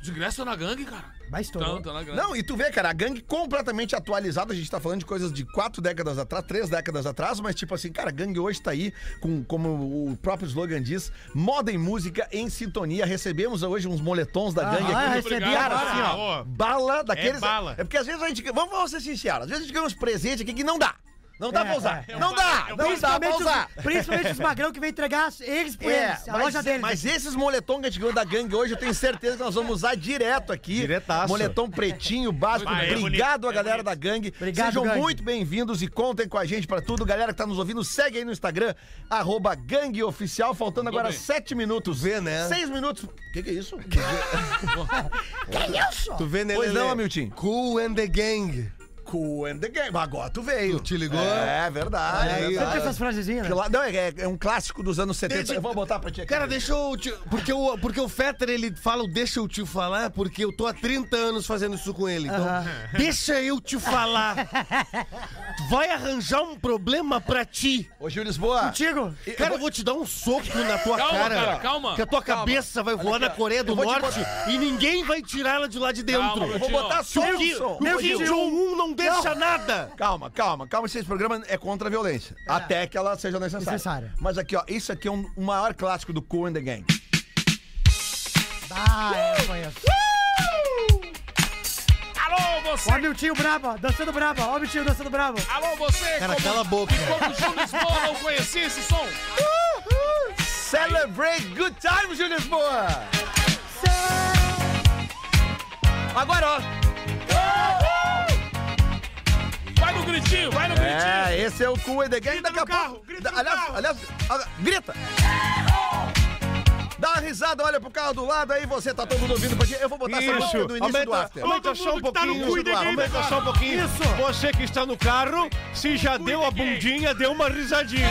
Speaker 4: Os ingressos estão na gangue, cara?
Speaker 10: Mas
Speaker 4: Estão,
Speaker 10: estourou.
Speaker 4: estão na gangue.
Speaker 3: Não, e tu vê, cara, a gangue completamente atualizada. A gente tá falando de coisas de quatro décadas atrás, três décadas atrás, mas tipo assim, cara, a gangue hoje tá aí, com, como o próprio slogan diz, moda e música em sintonia. Recebemos hoje uns moletons da gangue
Speaker 10: Ah,
Speaker 3: aqui.
Speaker 10: recebi
Speaker 3: Cara,
Speaker 10: agora.
Speaker 3: assim, ó,
Speaker 5: Ô.
Speaker 3: bala daqueles.
Speaker 5: É bala.
Speaker 3: porque às vezes a gente. Vamos, vamos ser sinceros, às vezes a gente ganha uns presentes aqui que não dá. Não dá
Speaker 10: É,
Speaker 3: pra usar.
Speaker 10: é.
Speaker 3: Não dá, não dá pra
Speaker 10: Principalmente
Speaker 3: usar.
Speaker 10: os, principalmente os magrão que vem entregar eles por
Speaker 3: É,
Speaker 10: eles, a
Speaker 3: mas,
Speaker 10: loja deles.
Speaker 3: mas esses moletom que a gente ganhou da gangue hoje, eu tenho certeza que nós vamos usar direto aqui.
Speaker 8: Diretaço.
Speaker 3: Moletom pretinho, básico.
Speaker 5: Vai, é
Speaker 3: Obrigado
Speaker 5: bonito,
Speaker 3: a
Speaker 5: é
Speaker 3: galera
Speaker 5: bonito.
Speaker 3: da gangue.
Speaker 10: Obrigado,
Speaker 3: Sejam
Speaker 10: gangue.
Speaker 3: muito bem-vindos e contem com a gente pra tudo. Galera que tá nos ouvindo, segue aí no Instagram, arroba gangue oficial. Faltando agora
Speaker 4: bem.
Speaker 3: sete minutos.
Speaker 8: Vê, né?
Speaker 3: Seis minutos. O que, que é (laughs) isso?
Speaker 10: Que isso?
Speaker 8: Tu vê, né,
Speaker 3: Pois
Speaker 8: Lelê?
Speaker 3: não, Hamilton.
Speaker 8: Cool and the Gang.
Speaker 3: Cool and the game. Agora tu veio.
Speaker 8: Tu te ligou?
Speaker 3: É verdade.
Speaker 8: Olha aí,
Speaker 3: é
Speaker 8: ó.
Speaker 3: verdade.
Speaker 10: Sempre essas frasezinhas, né?
Speaker 3: Não, é, é- é um clássico dos anos 70.
Speaker 8: Desde-
Speaker 3: Eu vou botar pra ti aqui.
Speaker 8: Cara, deixa eu te... Porque o, porque o Fetter, ele fala o deixa eu te falar, porque eu tô há 30 anos fazendo isso com ele. Então, deixa eu te falar. Vai arranjar um problema pra ti.
Speaker 3: Ô, Gil Lisboa.
Speaker 10: Contigo?
Speaker 8: Cara, eu vou te dar um soco na tua
Speaker 4: Calma,
Speaker 8: cara.
Speaker 4: cara, calma.
Speaker 8: Que a tua cabeça vai voar na Coreia do
Speaker 3: vou te
Speaker 8: Norte e ninguém vai tirá-la de lá de dentro.
Speaker 4: Calma,
Speaker 3: Eu vou
Speaker 4: Tio,
Speaker 3: botar só
Speaker 8: Meu
Speaker 3: o
Speaker 8: Kim
Speaker 3: som.
Speaker 8: meu
Speaker 3: Ô, Gil.
Speaker 8: Kim Jong-un um não deixa nada.
Speaker 3: Calma, calma, calma. Esse programa é contra a violência. Até que ela seja necessária.
Speaker 10: Necessária.
Speaker 3: Mas aqui, ó, isso aqui é um, o maior clássico do Cool and the Gang.
Speaker 10: Ah, é, conheço.
Speaker 4: Alô,
Speaker 10: Ó,
Speaker 4: você!
Speaker 10: meu tio brabo, ó, dançando brabo, ó, meu tio dançando brabo.
Speaker 4: Alô, você!
Speaker 8: Cara,
Speaker 4: como-
Speaker 8: cala a boca.
Speaker 4: Como o Gil Lisboa não conhecia esse som?
Speaker 3: Celebrate good time, Gil Lisboa! Agora, ó.
Speaker 4: Vai no gritinho, vai no gritinho!
Speaker 3: É, esse é o Cool and the Gang. Daqui a pouco. da- aliás, aliás, a- grita! Dá uma risada, olha pro carro do lado aí, você tá todo mundo ouvindo pra ti. Eu vou botar essa música do início do after.
Speaker 6: aumenta só um pouquinho. aumenta só um pouquinho. Você que está no carro, se já deu a bundinha, deu uma risadinha.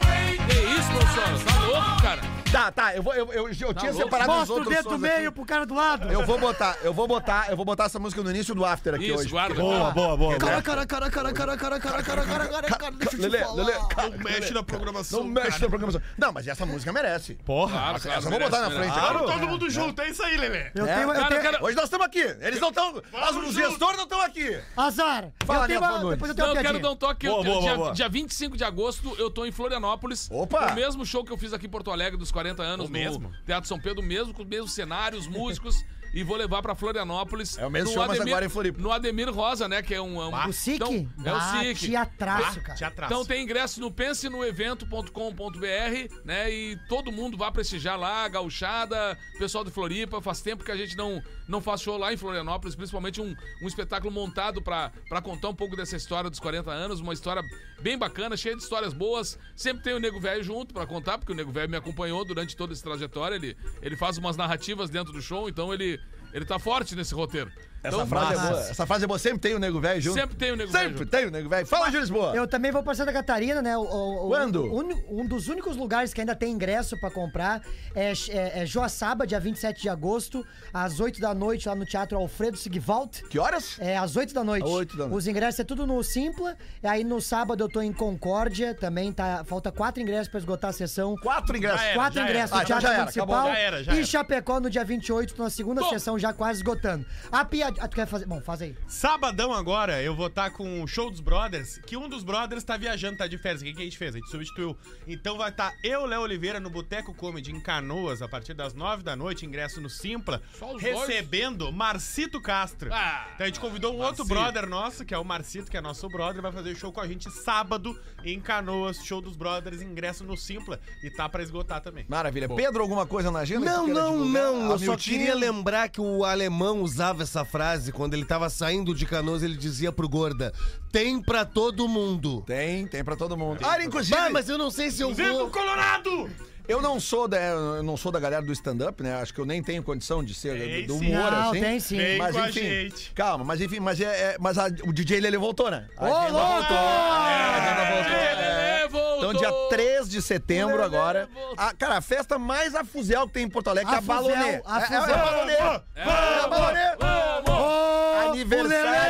Speaker 4: Que isso, professor? Tá louco, cara?
Speaker 3: Tá, tá, eu, vou, eu, eu, eu tinha
Speaker 4: louco?
Speaker 3: separado os
Speaker 10: Mostra o
Speaker 3: outros
Speaker 10: dedo do
Speaker 3: sons
Speaker 10: meio
Speaker 3: aqui.
Speaker 10: pro cara do lado.
Speaker 3: Eu vou botar, eu vou botar, eu vou botar essa música no início do after aqui
Speaker 4: Isso,
Speaker 3: hoje.
Speaker 4: guarda.
Speaker 6: Boa, boa, boa.
Speaker 11: Cara, cara, cara, cara, cara, cara, cara, cara, cara, cara, cara, deixa eu te
Speaker 3: Lelê, Lelê,
Speaker 11: falar.
Speaker 3: cara,
Speaker 5: Não mexe na programação.
Speaker 3: não mexe na
Speaker 5: cara.
Speaker 3: programação. Não, mas essa música merece.
Speaker 6: Porra.
Speaker 4: Claro,
Speaker 3: Essa,
Speaker 4: claro,
Speaker 3: essa eu vou botar na
Speaker 4: merece,
Speaker 3: frente.
Speaker 4: merece.
Speaker 3: agora.
Speaker 5: Todo mundo junto, é isso aí, Lelê.
Speaker 10: Eu
Speaker 3: É.
Speaker 10: tenho, eu
Speaker 4: Cara,
Speaker 10: tenho...
Speaker 4: cara,
Speaker 3: Hoje nós estamos aqui. Eles não estão.
Speaker 5: Vamos
Speaker 3: Os gestores não estão aqui.
Speaker 10: Azar.
Speaker 3: Fala,
Speaker 10: eu tenho
Speaker 3: Neto,
Speaker 10: uma-
Speaker 3: boa
Speaker 10: depois eu tenho
Speaker 4: Não,
Speaker 10: uma
Speaker 4: eu quero dar
Speaker 10: piadinha.
Speaker 4: um toque.
Speaker 6: Boa,
Speaker 4: Eu-
Speaker 6: boa,
Speaker 4: dia,
Speaker 6: boa.
Speaker 4: dia 25 de agosto, eu tô em Florianópolis.
Speaker 3: Opa!
Speaker 4: O mesmo show que eu fiz aqui em Porto Alegre dos 40 anos,
Speaker 5: O
Speaker 4: no
Speaker 5: mesmo?
Speaker 4: Teatro São Pedro, mesmo, com os mesmos cenários, músicos. E vou levar pra Florianópolis.
Speaker 3: É o mesmo
Speaker 4: no
Speaker 3: show, mas agora em Floripa.
Speaker 4: No Ademir Rosa, né? Que é um. é um-
Speaker 10: Ah, O SIC?
Speaker 4: Então, é o
Speaker 10: Ah,
Speaker 4: SIC.
Speaker 10: Teatraço, cara.
Speaker 5: Te atrasa.
Speaker 4: Então tem ingresso no pensenoevento.com.br, né? E todo mundo vá prestigiar lá, gauchada, pessoal de Floripa. Faz tempo que a gente não, não faz show lá em Florianópolis, principalmente um, um espetáculo montado pra pra contar um pouco dessa história dos 40 anos, uma história bem bacana, cheia de histórias boas. Sempre tem o Nego Velho junto pra contar, porque o Nego Velho me acompanhou durante toda essa trajetória. Ele, ele faz umas narrativas dentro do show, então ele, ele tá forte nesse roteiro.
Speaker 3: Essa frase, é
Speaker 10: massa.
Speaker 3: boa. Essa frase é boa. Sempre tem o nego velho junto.
Speaker 4: Sempre tem o nego velho
Speaker 3: Sempre
Speaker 4: junto.
Speaker 3: tem o nego velho. Fala, Júlio Lisboa.
Speaker 10: Eu também vou pra Santa Catarina, né? O, o- o-
Speaker 3: Quando?
Speaker 10: o uni- Um, dos únicos lugares que ainda tem ingresso pra comprar é, é, é Joaçaba, dia 27 de agosto, às 8 da noite, lá no Teatro Alfredo Sigvalt.
Speaker 3: Que horas?
Speaker 10: É às 8 da noite.
Speaker 3: Às oito da noite.
Speaker 10: Os ingressos é tudo no Simpla. E aí no sábado eu tô em Concórdia também, tá? Falta quatro ingressos pra esgotar a sessão.
Speaker 3: Quatro ingressos.
Speaker 5: Já era,
Speaker 10: quatro ingressos
Speaker 3: era.
Speaker 10: no
Speaker 3: Ah, então
Speaker 10: Teatro
Speaker 3: já era,
Speaker 10: Municipal.
Speaker 5: acabou, já era, já
Speaker 10: e
Speaker 5: era.
Speaker 10: Chapecó no dia 28, tô na segunda
Speaker 4: Bom.
Speaker 10: sessão, já quase esgotando. A piada. Ah, tu quer fazer? Bom, faz aí.
Speaker 5: Sabadão agora eu vou estar com o show dos brothers, que um dos brothers tá viajando, tá de férias. O que, que a gente fez? A gente substituiu. Então vai estar eu, Léo Oliveira, no Boteco Comedy em Canoas, a partir das nove da noite, ingresso no Simpla,
Speaker 4: Só os dois?
Speaker 5: recebendo Marcito Castro.
Speaker 4: Ah,
Speaker 5: então a gente convidou um outro
Speaker 4: Marcito.
Speaker 5: brother nosso, que é o Marcito, que é nosso brother, vai fazer show com a gente sábado em Canoas, show dos brothers, ingresso no Simpla e tá pra esgotar também.
Speaker 3: Maravilha.
Speaker 5: Bom.
Speaker 3: Pedro, alguma coisa na agenda?
Speaker 8: Não,
Speaker 3: que tu queira
Speaker 8: não,
Speaker 3: divulgar? Ah,
Speaker 8: não. Eu só
Speaker 3: Hamiltinho?
Speaker 8: queria lembrar que o alemão usava essa frase quando ele tava saindo de Canoas, ele dizia pro Gorda: "Tem pra todo mundo".
Speaker 3: Tem, tem pra todo mundo. Ah, inclusive,
Speaker 8: Ah, mas eu não sei se eu vou.
Speaker 5: Colorado!
Speaker 3: eu não sou da, eu não sou da galera do stand-up, né? Acho que eu nem tenho condição de ser
Speaker 5: Tem
Speaker 3: do
Speaker 5: sim.
Speaker 3: humor
Speaker 10: Não,
Speaker 3: assim.
Speaker 10: tem sim.
Speaker 5: Vem
Speaker 3: Mas
Speaker 5: com a
Speaker 3: enfim,
Speaker 5: gente.
Speaker 3: calma, mas enfim, mas, é, é- mas a- o DJ Lele voltou, né? A
Speaker 10: Ô,
Speaker 3: agenda
Speaker 10: louco!
Speaker 3: voltou. A agenda voltou.
Speaker 4: Ah, Lelê
Speaker 3: é.
Speaker 4: voltou.
Speaker 3: Então, dia 3 de setembro
Speaker 4: Lelê
Speaker 3: agora.
Speaker 4: voltou.
Speaker 3: A, cara, a festa mais a fuzel que tem em Porto Alegre, que é a
Speaker 10: Afuzel,
Speaker 3: Balonê. É, é,
Speaker 10: afuzel.
Speaker 3: é a Balonê. É a Balonê. Aniversário.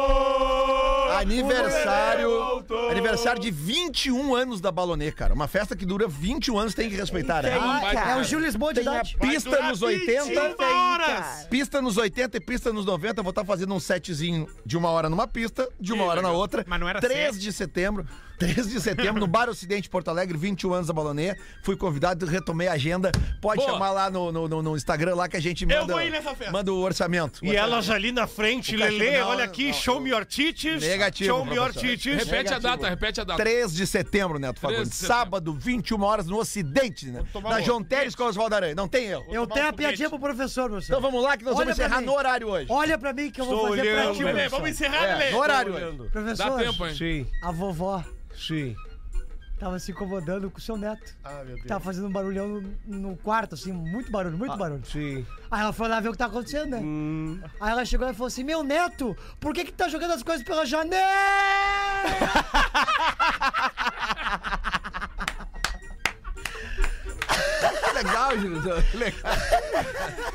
Speaker 6: voltou!
Speaker 3: Aniversário.
Speaker 6: O Lelê voltou.
Speaker 3: Aniversário de 21 anos da Balonê, cara. Uma festa que dura 21 anos, tem que respeitar, né?
Speaker 4: Ah, vai,
Speaker 10: É
Speaker 4: cara.
Speaker 10: o Gil Lisboa de
Speaker 3: Tem a
Speaker 10: idade.
Speaker 3: pista nos
Speaker 5: um
Speaker 3: 80.
Speaker 5: horas!
Speaker 3: Pista nos 80 e pista nos 90, vou estar fazendo um setzinho de uma hora numa pista, de uma
Speaker 5: Ih,
Speaker 3: hora na
Speaker 5: legal.
Speaker 3: outra.
Speaker 5: Mas não era
Speaker 3: 3
Speaker 5: sete.
Speaker 3: de setembro, (laughs) 3 de setembro, no Bar Ocidente Porto Alegre, 21 anos da Balonê. Fui convidado, retomei a agenda. Pode
Speaker 4: Boa.
Speaker 3: chamar lá no, no, no- no Instagram lá que a gente manda,
Speaker 5: Eu vou ir nessa festa.
Speaker 3: manda o orçamento.
Speaker 6: E elas ali na frente,
Speaker 3: O cachorro-
Speaker 6: Lelê,
Speaker 3: não,
Speaker 6: olha
Speaker 3: não,
Speaker 6: aqui,
Speaker 3: não.
Speaker 6: show me your titties.
Speaker 3: Negativo,
Speaker 6: Show me your
Speaker 3: professor.
Speaker 6: titties.
Speaker 4: Repete a data, repete a data.
Speaker 3: 3 de setembro, Neto
Speaker 4: 3 de
Speaker 3: Fagundes.
Speaker 4: setembro.
Speaker 3: Sábado, 21 horas no Ocidente, né?
Speaker 5: tomar
Speaker 3: Na
Speaker 5: um
Speaker 3: João Teres com Oswaldo Aranha. Não tem erro.
Speaker 10: Eu
Speaker 5: tomar
Speaker 10: tenho
Speaker 5: um
Speaker 10: a piadinha
Speaker 5: foguete.
Speaker 10: pro professor, professor.
Speaker 3: Então vamos lá que nós
Speaker 10: Olha
Speaker 3: vamos
Speaker 10: pra
Speaker 3: encerrar
Speaker 10: mim.
Speaker 3: no horário hoje.
Speaker 10: Olha pra mim que eu vou
Speaker 6: Estou
Speaker 10: fazer pra
Speaker 6: olhando,
Speaker 10: ti,
Speaker 6: Lelê,
Speaker 10: professor.
Speaker 5: Vamos encerrar, né?
Speaker 3: É,
Speaker 5: Lelê.
Speaker 3: no horário. hoje.
Speaker 10: Professor,
Speaker 4: Dá tempo, hein?
Speaker 6: Sim,
Speaker 10: a vovó
Speaker 6: sim.
Speaker 10: tava se incomodando com o seu neto. Ah, meu Deus. Tava fazendo um barulhão no, no quarto, assim, muito barulho,
Speaker 6: Ah.
Speaker 3: Tá
Speaker 10: muito barulho.
Speaker 6: Sim.
Speaker 10: Aí ela foi lá ver o que tá acontecendo, né? Aí ela chegou e falou assim: Meu neto, por que que tá jogando as coisas pela janela?
Speaker 3: Legal, Júlio. Legal.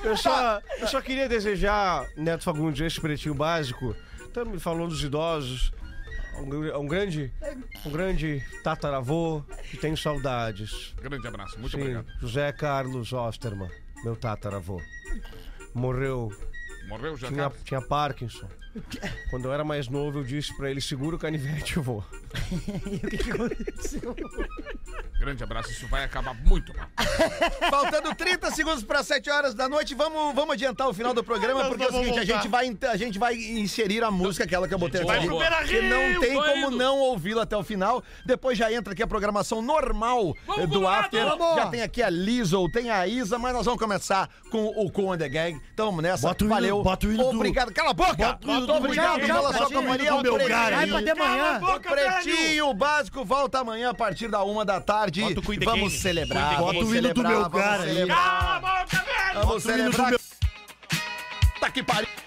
Speaker 6: Eu só, eu só queria desejar, Neto Fagundes, esse pretinho básico. Estamos falando dos idosos. Um, gr- um grande um grande tataravô que tenho saudades.
Speaker 4: Grande abraço, muito
Speaker 6: Sim,
Speaker 4: obrigado.
Speaker 6: José Carlos Osterman, meu tataravô. Morreu,
Speaker 4: Morreu já,
Speaker 6: tinha,
Speaker 4: cara.
Speaker 6: tinha Parkinson. Quando eu era mais novo, eu disse pra ele: segura o canivete e vou.
Speaker 10: E o que que aconteceu?
Speaker 4: Grande abraço, isso vai acabar muito mal.
Speaker 3: Faltando 30 segundos para 7 horas da noite, vamos, vamos adiantar o final do programa, porque é o seguinte, a gente, vai, in- a gente vai inserir a música, aquela que eu botei
Speaker 4: vai
Speaker 3: aqui,
Speaker 4: pro
Speaker 5: Beira
Speaker 3: que
Speaker 5: Rio,
Speaker 3: não tem
Speaker 4: tô
Speaker 3: como
Speaker 4: indo.
Speaker 3: não ouvi-la até o final. Depois já entra aqui a programação normal
Speaker 4: Vamos,
Speaker 3: eh, do
Speaker 4: Colorado,
Speaker 3: After.
Speaker 4: vamos!
Speaker 3: Já tem aqui a Lizzo, tem a Isa, mas nós vamos começar com o Coon and the Gang. Então vamos nessa,
Speaker 11: Bota o hino-
Speaker 3: valeu.
Speaker 11: bota o hino do-
Speaker 3: obrigado, cala a boca!
Speaker 11: Bota o hino
Speaker 3: Muito
Speaker 11: do-
Speaker 3: obrigado
Speaker 10: Tchau,
Speaker 3: pela
Speaker 10: tchau,
Speaker 3: sua
Speaker 10: tchau.
Speaker 3: companhia.
Speaker 11: Hino do
Speaker 3: Pretinho.
Speaker 11: Belgrado.
Speaker 10: Vai pra de manhã.
Speaker 3: O Pretinho Básico volta amanhã a partir da uma da tarde.
Speaker 5: Bota o Cuida
Speaker 3: Vamos
Speaker 5: Game.
Speaker 3: celebrar.
Speaker 5: Cuida
Speaker 3: vamos
Speaker 11: Game. Bota o hino do
Speaker 3: celebrar,
Speaker 11: meu
Speaker 3: vamos
Speaker 11: cara aí.
Speaker 3: celebrar.
Speaker 5: Cala a boca, velho!
Speaker 3: Vamos
Speaker 11: Bota o hino do
Speaker 3: celebrar.
Speaker 11: meu-
Speaker 3: Tá que pariu.